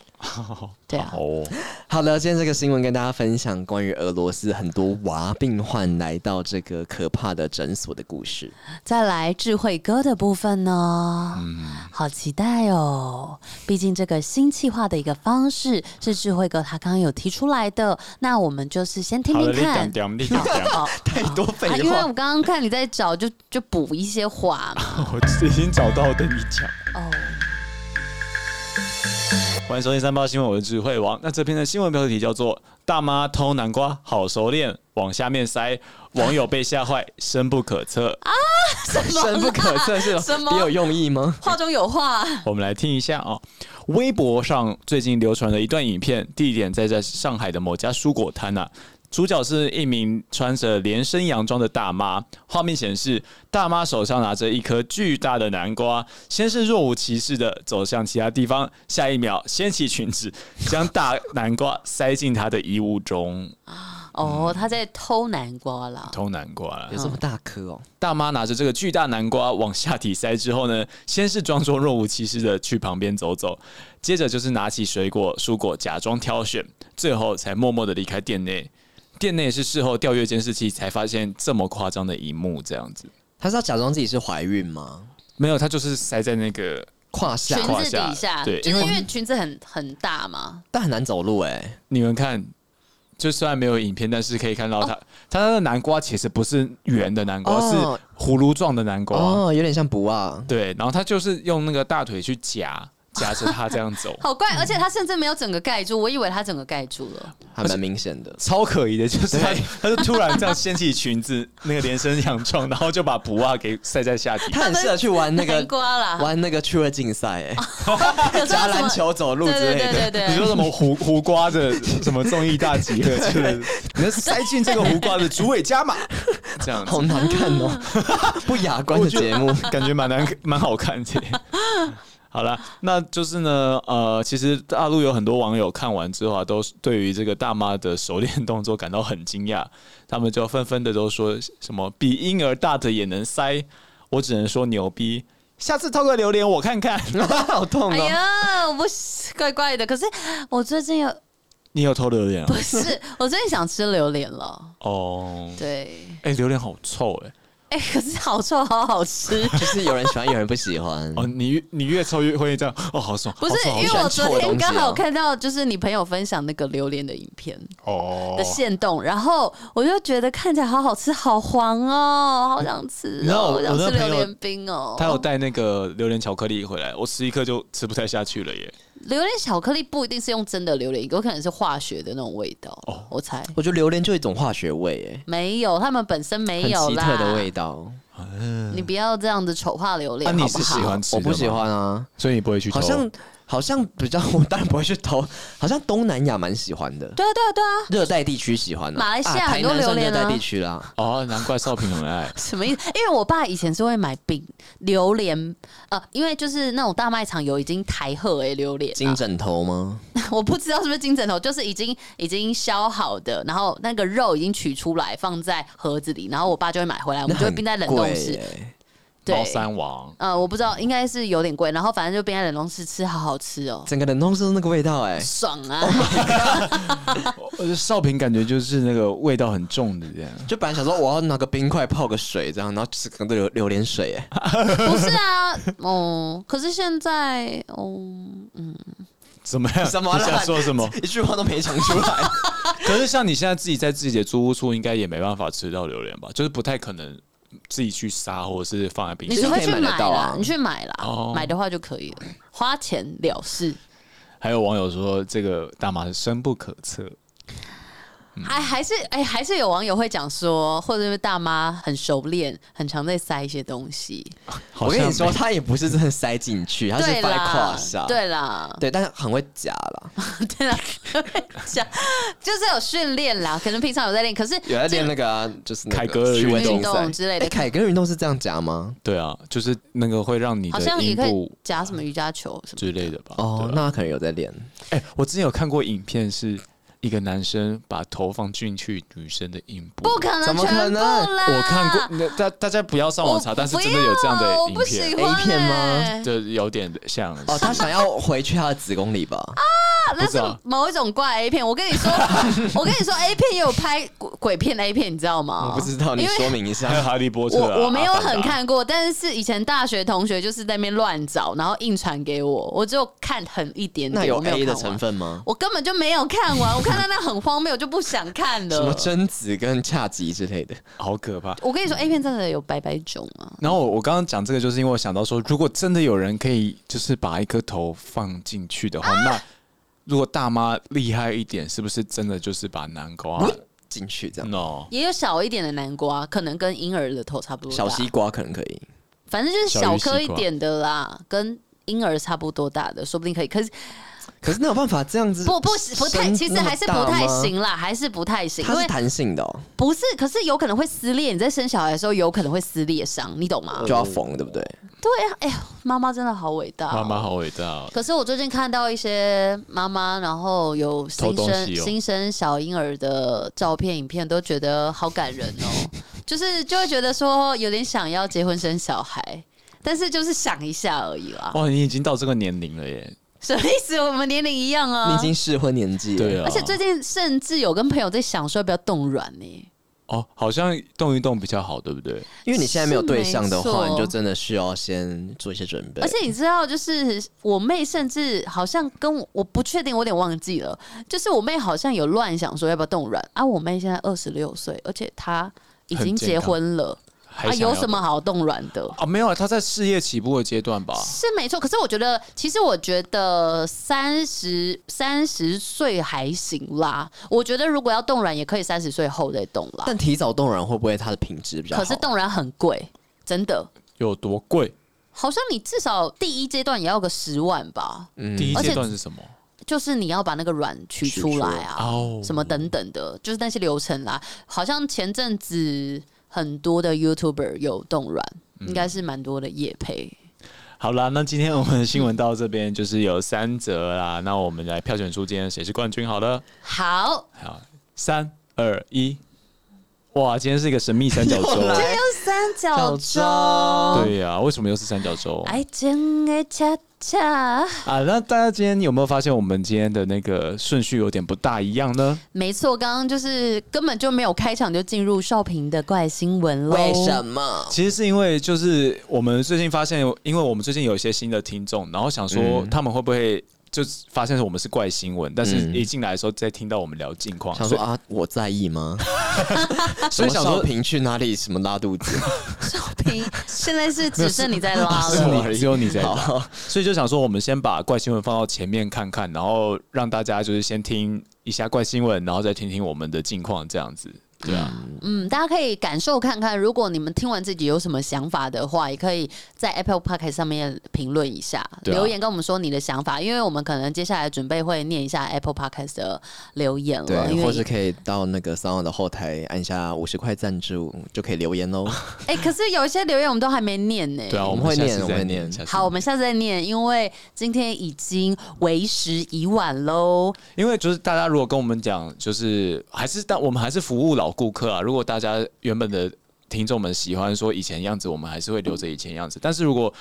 Speaker 1: 对啊
Speaker 3: 好，哦，
Speaker 2: 好的，今天这个新闻跟大家分享关于俄罗斯很多娃病患来到这个可怕的诊所的 故事。
Speaker 1: 再来智慧哥的部分呢，嗯好期待哦！毕竟这个新气化的一个方式是智慧哥他刚刚有提出来的，那我们就是先听
Speaker 3: 好了，
Speaker 1: 听
Speaker 3: 你
Speaker 1: 看
Speaker 3: 讲。讲，你讲讲，
Speaker 1: 好，
Speaker 2: 太多废
Speaker 1: 啊因为
Speaker 2: 话
Speaker 1: 我刚刚看你在找，就就补一些话嘛。
Speaker 3: 我已经找到，等你讲。
Speaker 1: 哦，
Speaker 3: 欢迎收听三八新闻，我是智慧王。那这篇的新闻标题叫做“大妈偷南瓜好熟练，往下面塞”，网友被吓坏，深不可测。
Speaker 2: 深不可测是
Speaker 1: 什么
Speaker 2: 别有用意吗？
Speaker 1: 话中有话。
Speaker 3: 我们来听一下啊、微博上最近流传了一段影片，地点在在上海的某家蔬果摊呐、主角是一名穿着连身洋装的大妈，画面显示大妈手上拿着一颗巨大的南瓜，先是若无其事的走向其他地方，下一秒掀起裙子，将大南瓜塞进她的衣物中，
Speaker 1: 哦，他在偷南瓜啦。
Speaker 3: 偷南瓜了
Speaker 2: 有。这么
Speaker 1: 嗯
Speaker 2: 大颗哦？
Speaker 3: 大妈拿着这个巨大南瓜往下体塞之后呢，先是装作若无其事的去旁边走走，接着就是拿起水果、蔬果假装挑选，最后才默默的离开店内。店内是事后调阅监视器才发现这么夸张的一幕，这样子
Speaker 2: 他是要假装自己是怀孕吗？
Speaker 3: 没有，他就是塞在那个
Speaker 2: 胯下
Speaker 1: 裙，子底
Speaker 3: 胯
Speaker 1: 下，
Speaker 3: 下
Speaker 1: 就
Speaker 3: 对
Speaker 1: 是因为裙子很很大嘛，，
Speaker 2: 但很难走路哎。
Speaker 3: 你们看，就虽然没有影片，但是可以看到它，它的南瓜其实不是圆的南瓜，
Speaker 2: 哦
Speaker 3: 是葫芦状的南瓜。
Speaker 2: 哦，有点像不啊。
Speaker 3: 对，然后他就是用那个大腿去夹夹着它这样走
Speaker 1: 好怪，而且它甚至没有整个盖住，我以为它整个盖住了。
Speaker 2: 还蛮明显的。
Speaker 3: 超可疑的，就是它它就突然这样掀起裙子， 那个连身洋装，然后就把布袜给塞在下底。
Speaker 2: 他很适合去玩那个
Speaker 1: 南瓜啦
Speaker 2: 玩那个趣味竞赛， 哎，
Speaker 1: 有时候哦什么
Speaker 2: 夹篮球走路
Speaker 1: 对
Speaker 2: 之类
Speaker 1: 对对
Speaker 2: 的。
Speaker 1: 对对，
Speaker 3: 你说什么胡胡瓜的什么综艺大集合之类的，你要塞进这个胡瓜的主尾加码，这样子
Speaker 2: 好难看 哦，不雅观的节目。
Speaker 3: 感觉蛮难 蛮好看的。好了，那就是呢，呃，其实大陆有很多网友看完之后啊，都对于这个大妈的手链动作感到很惊讶，他们就纷纷的都说什么比婴儿大的也能塞，我只能说牛逼。下次偷个榴莲我看看，
Speaker 2: 好痛
Speaker 1: 哎
Speaker 2: 哦！
Speaker 1: 呀，我不是怪怪的。可是我最近有
Speaker 3: 你有偷榴莲啊
Speaker 1: 不？是， 我最近想吃榴莲了。
Speaker 3: 哦，
Speaker 1: 对，
Speaker 3: 哎、榴莲好臭哎、
Speaker 1: 哎、可是好臭，好好吃。
Speaker 2: 就是有人喜欢，有人不喜欢。
Speaker 3: 哦，你越你越抽越会这样，哦，好爽，
Speaker 1: 不是
Speaker 3: 好臭，好
Speaker 1: 因为
Speaker 2: 喜欢
Speaker 1: 我昨
Speaker 2: 臭的
Speaker 1: 天
Speaker 2: 东
Speaker 1: 刚
Speaker 2: 西
Speaker 1: 好
Speaker 2: 哦
Speaker 1: 看到，就是你朋友分享那个榴莲的影片
Speaker 3: 哦
Speaker 1: 的线动，然后我就觉得看起来好好吃，好黄哦，好想吃
Speaker 3: 你知道
Speaker 1: 哦，
Speaker 3: 我
Speaker 1: 我想吃
Speaker 3: 我那朋
Speaker 1: 榴
Speaker 3: 友
Speaker 1: 莲冰哦。
Speaker 3: 他有带那个榴莲巧克力回来，我吃一颗就吃不太下去了耶。
Speaker 1: 榴莲巧克力不一定是用真的榴莲，有可能是化学的那种味道。
Speaker 3: 哦
Speaker 1: 我猜
Speaker 2: 我觉得榴莲就一种化学味，
Speaker 1: 没有，他们本身
Speaker 2: 哎，
Speaker 1: 没
Speaker 2: 很
Speaker 1: 有
Speaker 2: 奇
Speaker 1: 啦。
Speaker 2: 特的味道。
Speaker 1: 你不要这样子丑化榴莲。
Speaker 3: 啊你
Speaker 1: 好不
Speaker 3: 是喜
Speaker 1: 好
Speaker 3: 欢吃
Speaker 2: 我
Speaker 3: 的吗
Speaker 2: 不喜欢啊，
Speaker 3: 所以你不会去
Speaker 2: 好像好像比较，我当然不会去偷。好像东南亚蛮喜欢的，
Speaker 1: 对啊，对啊，对啊，
Speaker 2: 热带地区喜欢啊。
Speaker 1: 马来西亚
Speaker 2: 啊
Speaker 1: 很多
Speaker 2: 台南算
Speaker 1: 榴莲啊
Speaker 2: 热带地区啦。
Speaker 3: 哦，难怪少平很爱
Speaker 1: 什么意思？因为我爸以前是会买饼、榴莲，呃，因为就是那种大卖场有已经台鹤诶榴莲、
Speaker 2: 金枕头吗？
Speaker 1: 我不知道是不是金枕头，就是已经已经削好的，然后那个肉已经取出来放在盒子里，然后我爸就会买回来，我
Speaker 2: 那
Speaker 1: 们就会
Speaker 2: 很
Speaker 1: 冰在冷
Speaker 2: 贵欸
Speaker 1: 冻室。
Speaker 2: 耶
Speaker 1: 对
Speaker 3: 猫，山王。
Speaker 1: 呃，我不知道，应该是有点贵，然后反正就冰在冷冻室吃，好好吃哦，
Speaker 2: 整个冷冻室都那个味道，哎，
Speaker 1: 爽啊！
Speaker 3: 呃少平感觉就是那个味道很重的这样。
Speaker 2: 就本来想说我要拿个冰块泡个水这样，然后吃个榴榴莲水， 哎，
Speaker 1: 不是啊，哦，可是现在，哦，
Speaker 3: 怎么样？
Speaker 2: 什么啦
Speaker 3: 你想说什 么？
Speaker 2: 一句话都没讲出来。
Speaker 3: 可是像你现在自己在自己的租屋处，应该也没办法吃到榴莲吧？就是不太可能自己去杀，或者是放在冰
Speaker 1: 你
Speaker 3: 箱。
Speaker 1: 是会
Speaker 2: 其
Speaker 1: 去
Speaker 2: 实可以买
Speaker 1: 买
Speaker 2: 得到
Speaker 1: 啦
Speaker 2: 啊，
Speaker 1: 你去买啦，
Speaker 3: 哦
Speaker 1: 买的话就可以了，花钱了事。
Speaker 3: 还有网友说这个大麻是深不可测，
Speaker 2: 嗯
Speaker 1: 还还是哎、还是有网友会讲说，或者是大妈很熟练，很常在塞一些东西。
Speaker 3: 好
Speaker 2: 我跟
Speaker 3: 像
Speaker 2: 你说，
Speaker 3: 没
Speaker 2: 它也不是真的塞进去，它是啊
Speaker 1: 对
Speaker 2: 放在胯
Speaker 1: 啦
Speaker 2: 下，，
Speaker 1: 对啦，
Speaker 2: 对，但是很会夹啦。
Speaker 1: 对啦，讲就是有训练啦，可能平常有在练，可是
Speaker 2: 有在练那个啊，就是那个
Speaker 3: 凯格尔运动
Speaker 2: 趣味竞赛
Speaker 1: 运动之类的
Speaker 2: 哎凯格尔运动是这样夹吗？
Speaker 3: 对啊，就是那个会让你
Speaker 1: 好
Speaker 3: 的
Speaker 1: 像也
Speaker 3: 阴
Speaker 1: 可
Speaker 3: 部
Speaker 1: 以夹什么瑜伽球什么。
Speaker 3: 之类的吧。
Speaker 2: 哦
Speaker 3: 对，啊
Speaker 2: 那可能有 在练。
Speaker 3: 哎、我之前有看过影片，是一个男生把头放进去女生的阴部，
Speaker 1: 不可能
Speaker 2: 怎么可能
Speaker 1: 全部啦！
Speaker 3: 我看过，那大大家不要上
Speaker 1: 哦
Speaker 3: 网查，但是真的有这样的影片，
Speaker 1: A
Speaker 2: A 片
Speaker 1: 欸
Speaker 2: 吗？
Speaker 3: 就有点像
Speaker 2: 哦，他想要回去他的子宫里吧？
Speaker 1: 哦啊那
Speaker 3: 不知
Speaker 1: 是
Speaker 3: 道
Speaker 1: 某一种怪 A 片。我跟你说，我跟你说，A 片也有拍鬼鬼片 A 片，你知道吗？
Speaker 2: 我不知道，你
Speaker 1: 因为
Speaker 2: 说明一
Speaker 3: 还有
Speaker 2: 下。
Speaker 3: 哈利波特、啊，
Speaker 1: 我我没有
Speaker 3: 阿凡达
Speaker 1: 很，看过，但是以前大学同学就是在那边乱找，然后硬传给我，我就看很一点
Speaker 2: 那
Speaker 1: 点，
Speaker 2: 有
Speaker 1: 我没有
Speaker 2: A 的
Speaker 1: 看完
Speaker 2: 成，分吗？
Speaker 1: 我根本就没有看完。我看到那很荒谬，我就不想看
Speaker 2: 什么
Speaker 1: 了。
Speaker 2: 贞子跟恰吉之类的？
Speaker 3: 好可怕。
Speaker 1: 我跟你说，A 片真的有百百种啊！
Speaker 3: 然后我我刚刚讲这个，就是因为我想到说，如果真的有人可以就是把一颗头放进去的话，那如果大妈厉害一点，是不是真的就是把南瓜
Speaker 2: 进去这
Speaker 3: 啊
Speaker 2: 样，
Speaker 3: ？no，
Speaker 1: 也有小一点的南瓜，可能跟婴儿的头差不多大，
Speaker 2: 小西瓜可能可以。
Speaker 1: 反正就是
Speaker 3: 小
Speaker 1: 小
Speaker 3: 于西
Speaker 1: 颗一
Speaker 3: 瓜
Speaker 1: 点的啦，跟婴儿差不多大的，说不定可以。可是
Speaker 2: 可是那有办法这样子？
Speaker 1: 不不不太，其实还是不太。行啦，还是不太行，因
Speaker 2: 它
Speaker 1: 为
Speaker 2: 是弹性的哦，
Speaker 1: 不是，可是有可能会撕裂。你在生小孩的时候，有可能会撕裂伤，你懂吗？
Speaker 3: 嗯
Speaker 2: 就要缝，对不对？
Speaker 1: 对啊，哎呀，妈妈真的好伟大、
Speaker 3: 妈妈。好伟大哦、
Speaker 1: 可是我最近看到一些妈妈，然后有新
Speaker 3: 偷东
Speaker 1: 生、
Speaker 3: 西哦
Speaker 1: 新生小婴儿的照片、影片，都觉得好感人哦。 就是就会觉得说有点想要结婚生小孩，但是就是想一下而已啦。
Speaker 3: 哇，你已经到这个年龄了耶！
Speaker 1: 什么意思？我们年龄一样啊。
Speaker 2: 你已经适婚年纪了，
Speaker 3: 对啊，
Speaker 1: 而且最近甚至有跟朋友在想说要不要冻卵呢、
Speaker 3: 哦，好像动一动比较好，对不对？
Speaker 2: 因为你现在没有对象的
Speaker 1: 是没
Speaker 2: 话，
Speaker 1: 错
Speaker 2: 你就真的需要先做一些准备。
Speaker 1: 而且你知道，就是我妹，甚至好像跟我，我不确定，我有点忘记了。就是我妹好像有乱想说要不要冻卵啊。我妹现在二十六岁，而且她已经
Speaker 3: 很健
Speaker 1: 结
Speaker 3: 康
Speaker 1: 婚了，
Speaker 3: 还
Speaker 1: 啊，
Speaker 3: 想要
Speaker 1: 有什么好冻卵的？
Speaker 3: 啊？没有啊，他在事业起步的阶段吧？
Speaker 1: 是没错，可是我觉得，其实我觉得三十三十岁还行啦。我觉得如果要冻卵，也可以三十岁后再冻啦。
Speaker 2: 但提早冻卵会不会它的品质比较好？
Speaker 1: 可是冻卵很贵，真的，
Speaker 3: 有多贵？
Speaker 1: 好像你至少第一阶段也要个十万吧，
Speaker 3: 第一
Speaker 1: 而且
Speaker 3: 阶段是什么？
Speaker 1: 就是你要把那个卵取
Speaker 2: 取
Speaker 1: 出来
Speaker 3: 出
Speaker 1: 啊，
Speaker 3: 哦
Speaker 1: 什么等等的，就是那些流程啦。好像前阵子很多的 YouTuber 有冻卵，应该是蛮多的夜配。
Speaker 3: 好啦，那今天我们的新闻到这边就是有三则啦，那我们来票选出今天谁是冠军好了。
Speaker 1: 好，
Speaker 3: 好，三二一，哇，今天是一个神秘三角洲
Speaker 2: 又。 来
Speaker 1: 有三角
Speaker 3: 哎
Speaker 1: 洲，哎
Speaker 3: 对呀、为什么又是三角洲？
Speaker 1: 爱情的恰恰。
Speaker 3: 啊，那大家今天有没有发现我们今天的那个顺序有点不大一样呢？
Speaker 1: 没错，刚刚就是根本就没有开场就进入少平的怪新闻喽。
Speaker 2: 为什？么？
Speaker 3: 其实是因为就是我们最近发现，因为我们最近有一些新的听众，然后想说他们会不会就是发现我们是怪新闻，但是
Speaker 2: 嗯
Speaker 3: 一进来的时候再听到我们聊近况，
Speaker 2: 想
Speaker 3: 所
Speaker 2: 说
Speaker 3: 以
Speaker 2: 啊，我在意吗？
Speaker 3: 所以想
Speaker 2: 什么
Speaker 3: 说
Speaker 2: 少平去哪里？什么拉 肚子？
Speaker 1: 少平现在是只剩你在拉
Speaker 3: 是
Speaker 1: 了。
Speaker 3: 你，只有你在
Speaker 2: 好
Speaker 3: 打，所以就想说，我们先把怪新闻放到前面看看，然后让大家就是先听一下怪新闻，然后再听听我们的近况，这样子，对啊，
Speaker 1: 嗯，大家可以感受看看，如果你们听完自己有什么想法的话，也可以在 Apple Podcast 上面评论一下，
Speaker 3: 对啊
Speaker 1: 留言跟我们说你的想法，因为我们可能接下来准备会念一下 Apple Podcast 的留言了。因
Speaker 2: 对，
Speaker 1: 为
Speaker 2: 或是可以到那个三网的后台按下五十块赞助就可以留言喽。
Speaker 1: 哎、可是有一些留言我们都还没念呢、
Speaker 3: 对啊，
Speaker 2: 我
Speaker 3: 们
Speaker 2: 们会
Speaker 3: 下次
Speaker 2: 念我
Speaker 3: 再
Speaker 2: 会念
Speaker 3: 下次
Speaker 1: 好，我们下次再念，因为今天已经为时已晚喽。
Speaker 3: 因为就是大家如果跟我们讲，就是还是但我们还是服务老顾客啊。如果大家原本的听众们喜欢说以前样子，我们还是会留着以前样子。但是如果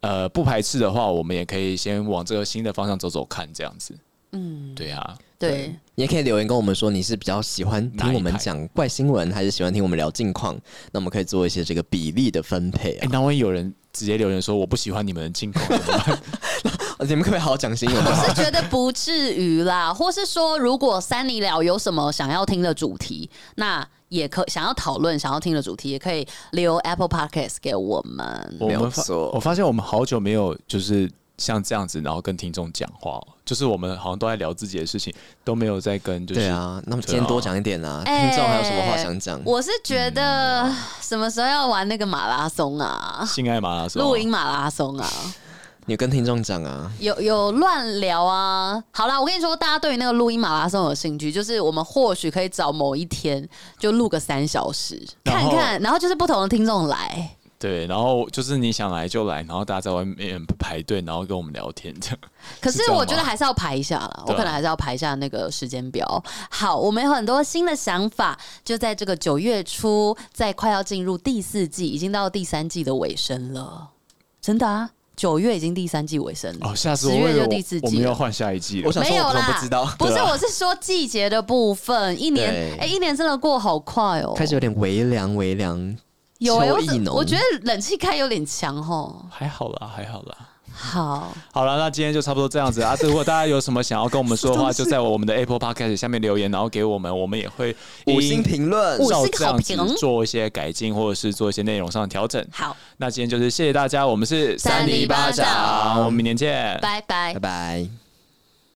Speaker 3: 呃不排斥的话，我们也可以先往这个新的方向走走看，这样子。嗯，对啊，
Speaker 1: 对，
Speaker 2: 你也可以留言跟我们说，你是比较喜欢听我们讲怪新闻，还是喜欢听我们聊近况？那我们可以做一些这个比例的分配
Speaker 3: 哎、
Speaker 2: 啊。
Speaker 3: 那万一有人直接留言说我不喜欢你们的进口，
Speaker 2: 哦你们可不可以好好讲新 闻？
Speaker 1: 我是觉得不至于啦， 或是说，如果三里聊有什么想要听的主题，那也可想要讨论、想要听的主题，也可以留 Apple Podcast 给我们。
Speaker 3: 我
Speaker 2: 没有
Speaker 3: 们发
Speaker 2: 错
Speaker 3: 我发现我们好久没有就是像这样子，然后跟听众讲话哦，就是我们好像都在聊自己的事情，都没有在跟就是
Speaker 2: 对啊，那么今天多讲一点啊，
Speaker 1: 哎
Speaker 2: 听众还有什么话想讲？嗯
Speaker 1: 我是觉得什么时候要玩那个马拉松啊？
Speaker 3: 性爱马拉松啊
Speaker 1: 露营马拉松啊，
Speaker 2: 你跟听众讲啊，
Speaker 1: 有有乱聊啊！好啦，我跟你说，大家对于那个录音马拉松有兴趣，就是我们或许可以找某一天就录个三小时，
Speaker 3: 然
Speaker 1: 看
Speaker 3: 后
Speaker 1: 看，然后就是不同的听众来，
Speaker 3: 对，然后就是你想来就来，然后大家在外面排队，然后跟我们聊天这样。
Speaker 1: 可
Speaker 3: 是
Speaker 1: 是
Speaker 3: 这样
Speaker 1: 我觉得
Speaker 3: 吗
Speaker 1: 还是要排一下啦，我
Speaker 3: 对啊
Speaker 1: 可能还是要排一下那个时间表。好，我们有很多新的想法，就在这个九月初，在快要进入第四季，已经到第三季的尾声了，真的啊，九月已经第三季尾声了。
Speaker 3: 哦，下次
Speaker 1: 嗯十
Speaker 3: 我
Speaker 1: 月
Speaker 3: 以为
Speaker 1: 就第四
Speaker 3: 我
Speaker 1: 季
Speaker 3: 们要
Speaker 1: 了
Speaker 3: 换下一季了
Speaker 2: 我。想说
Speaker 1: 没有
Speaker 2: 我可能
Speaker 1: 啦，
Speaker 2: 不知道
Speaker 1: 不是，
Speaker 3: 对啊
Speaker 1: 我是说季节的部分，一年，
Speaker 2: 对
Speaker 1: 哎、一年真的过好快哦、
Speaker 2: 开始有点微凉微凉。
Speaker 1: 有、欸，
Speaker 2: 秋
Speaker 1: 我
Speaker 2: 意
Speaker 1: 怎
Speaker 2: 浓
Speaker 1: 我觉得冷气开有点强哦。
Speaker 3: 还好啦，还好啦。
Speaker 1: 好，
Speaker 3: 好了，那今天就差不多这样子啊。如果大家有什么想要跟我们说的 话，就在我们的 Apple Podcast 下面留言，然后给我们，我们也会
Speaker 2: 五星
Speaker 3: 因
Speaker 2: 评论，
Speaker 1: 五
Speaker 3: 照
Speaker 1: 星
Speaker 3: 这
Speaker 1: 好
Speaker 3: 样子
Speaker 1: 评
Speaker 3: 做一些改进，或者是做一些内容上的调整。
Speaker 1: 好，
Speaker 3: 那今天就是谢谢大家，我们是
Speaker 1: 三
Speaker 2: 里巴掌
Speaker 3: 我们明年见，
Speaker 1: 拜拜
Speaker 2: 拜。拜。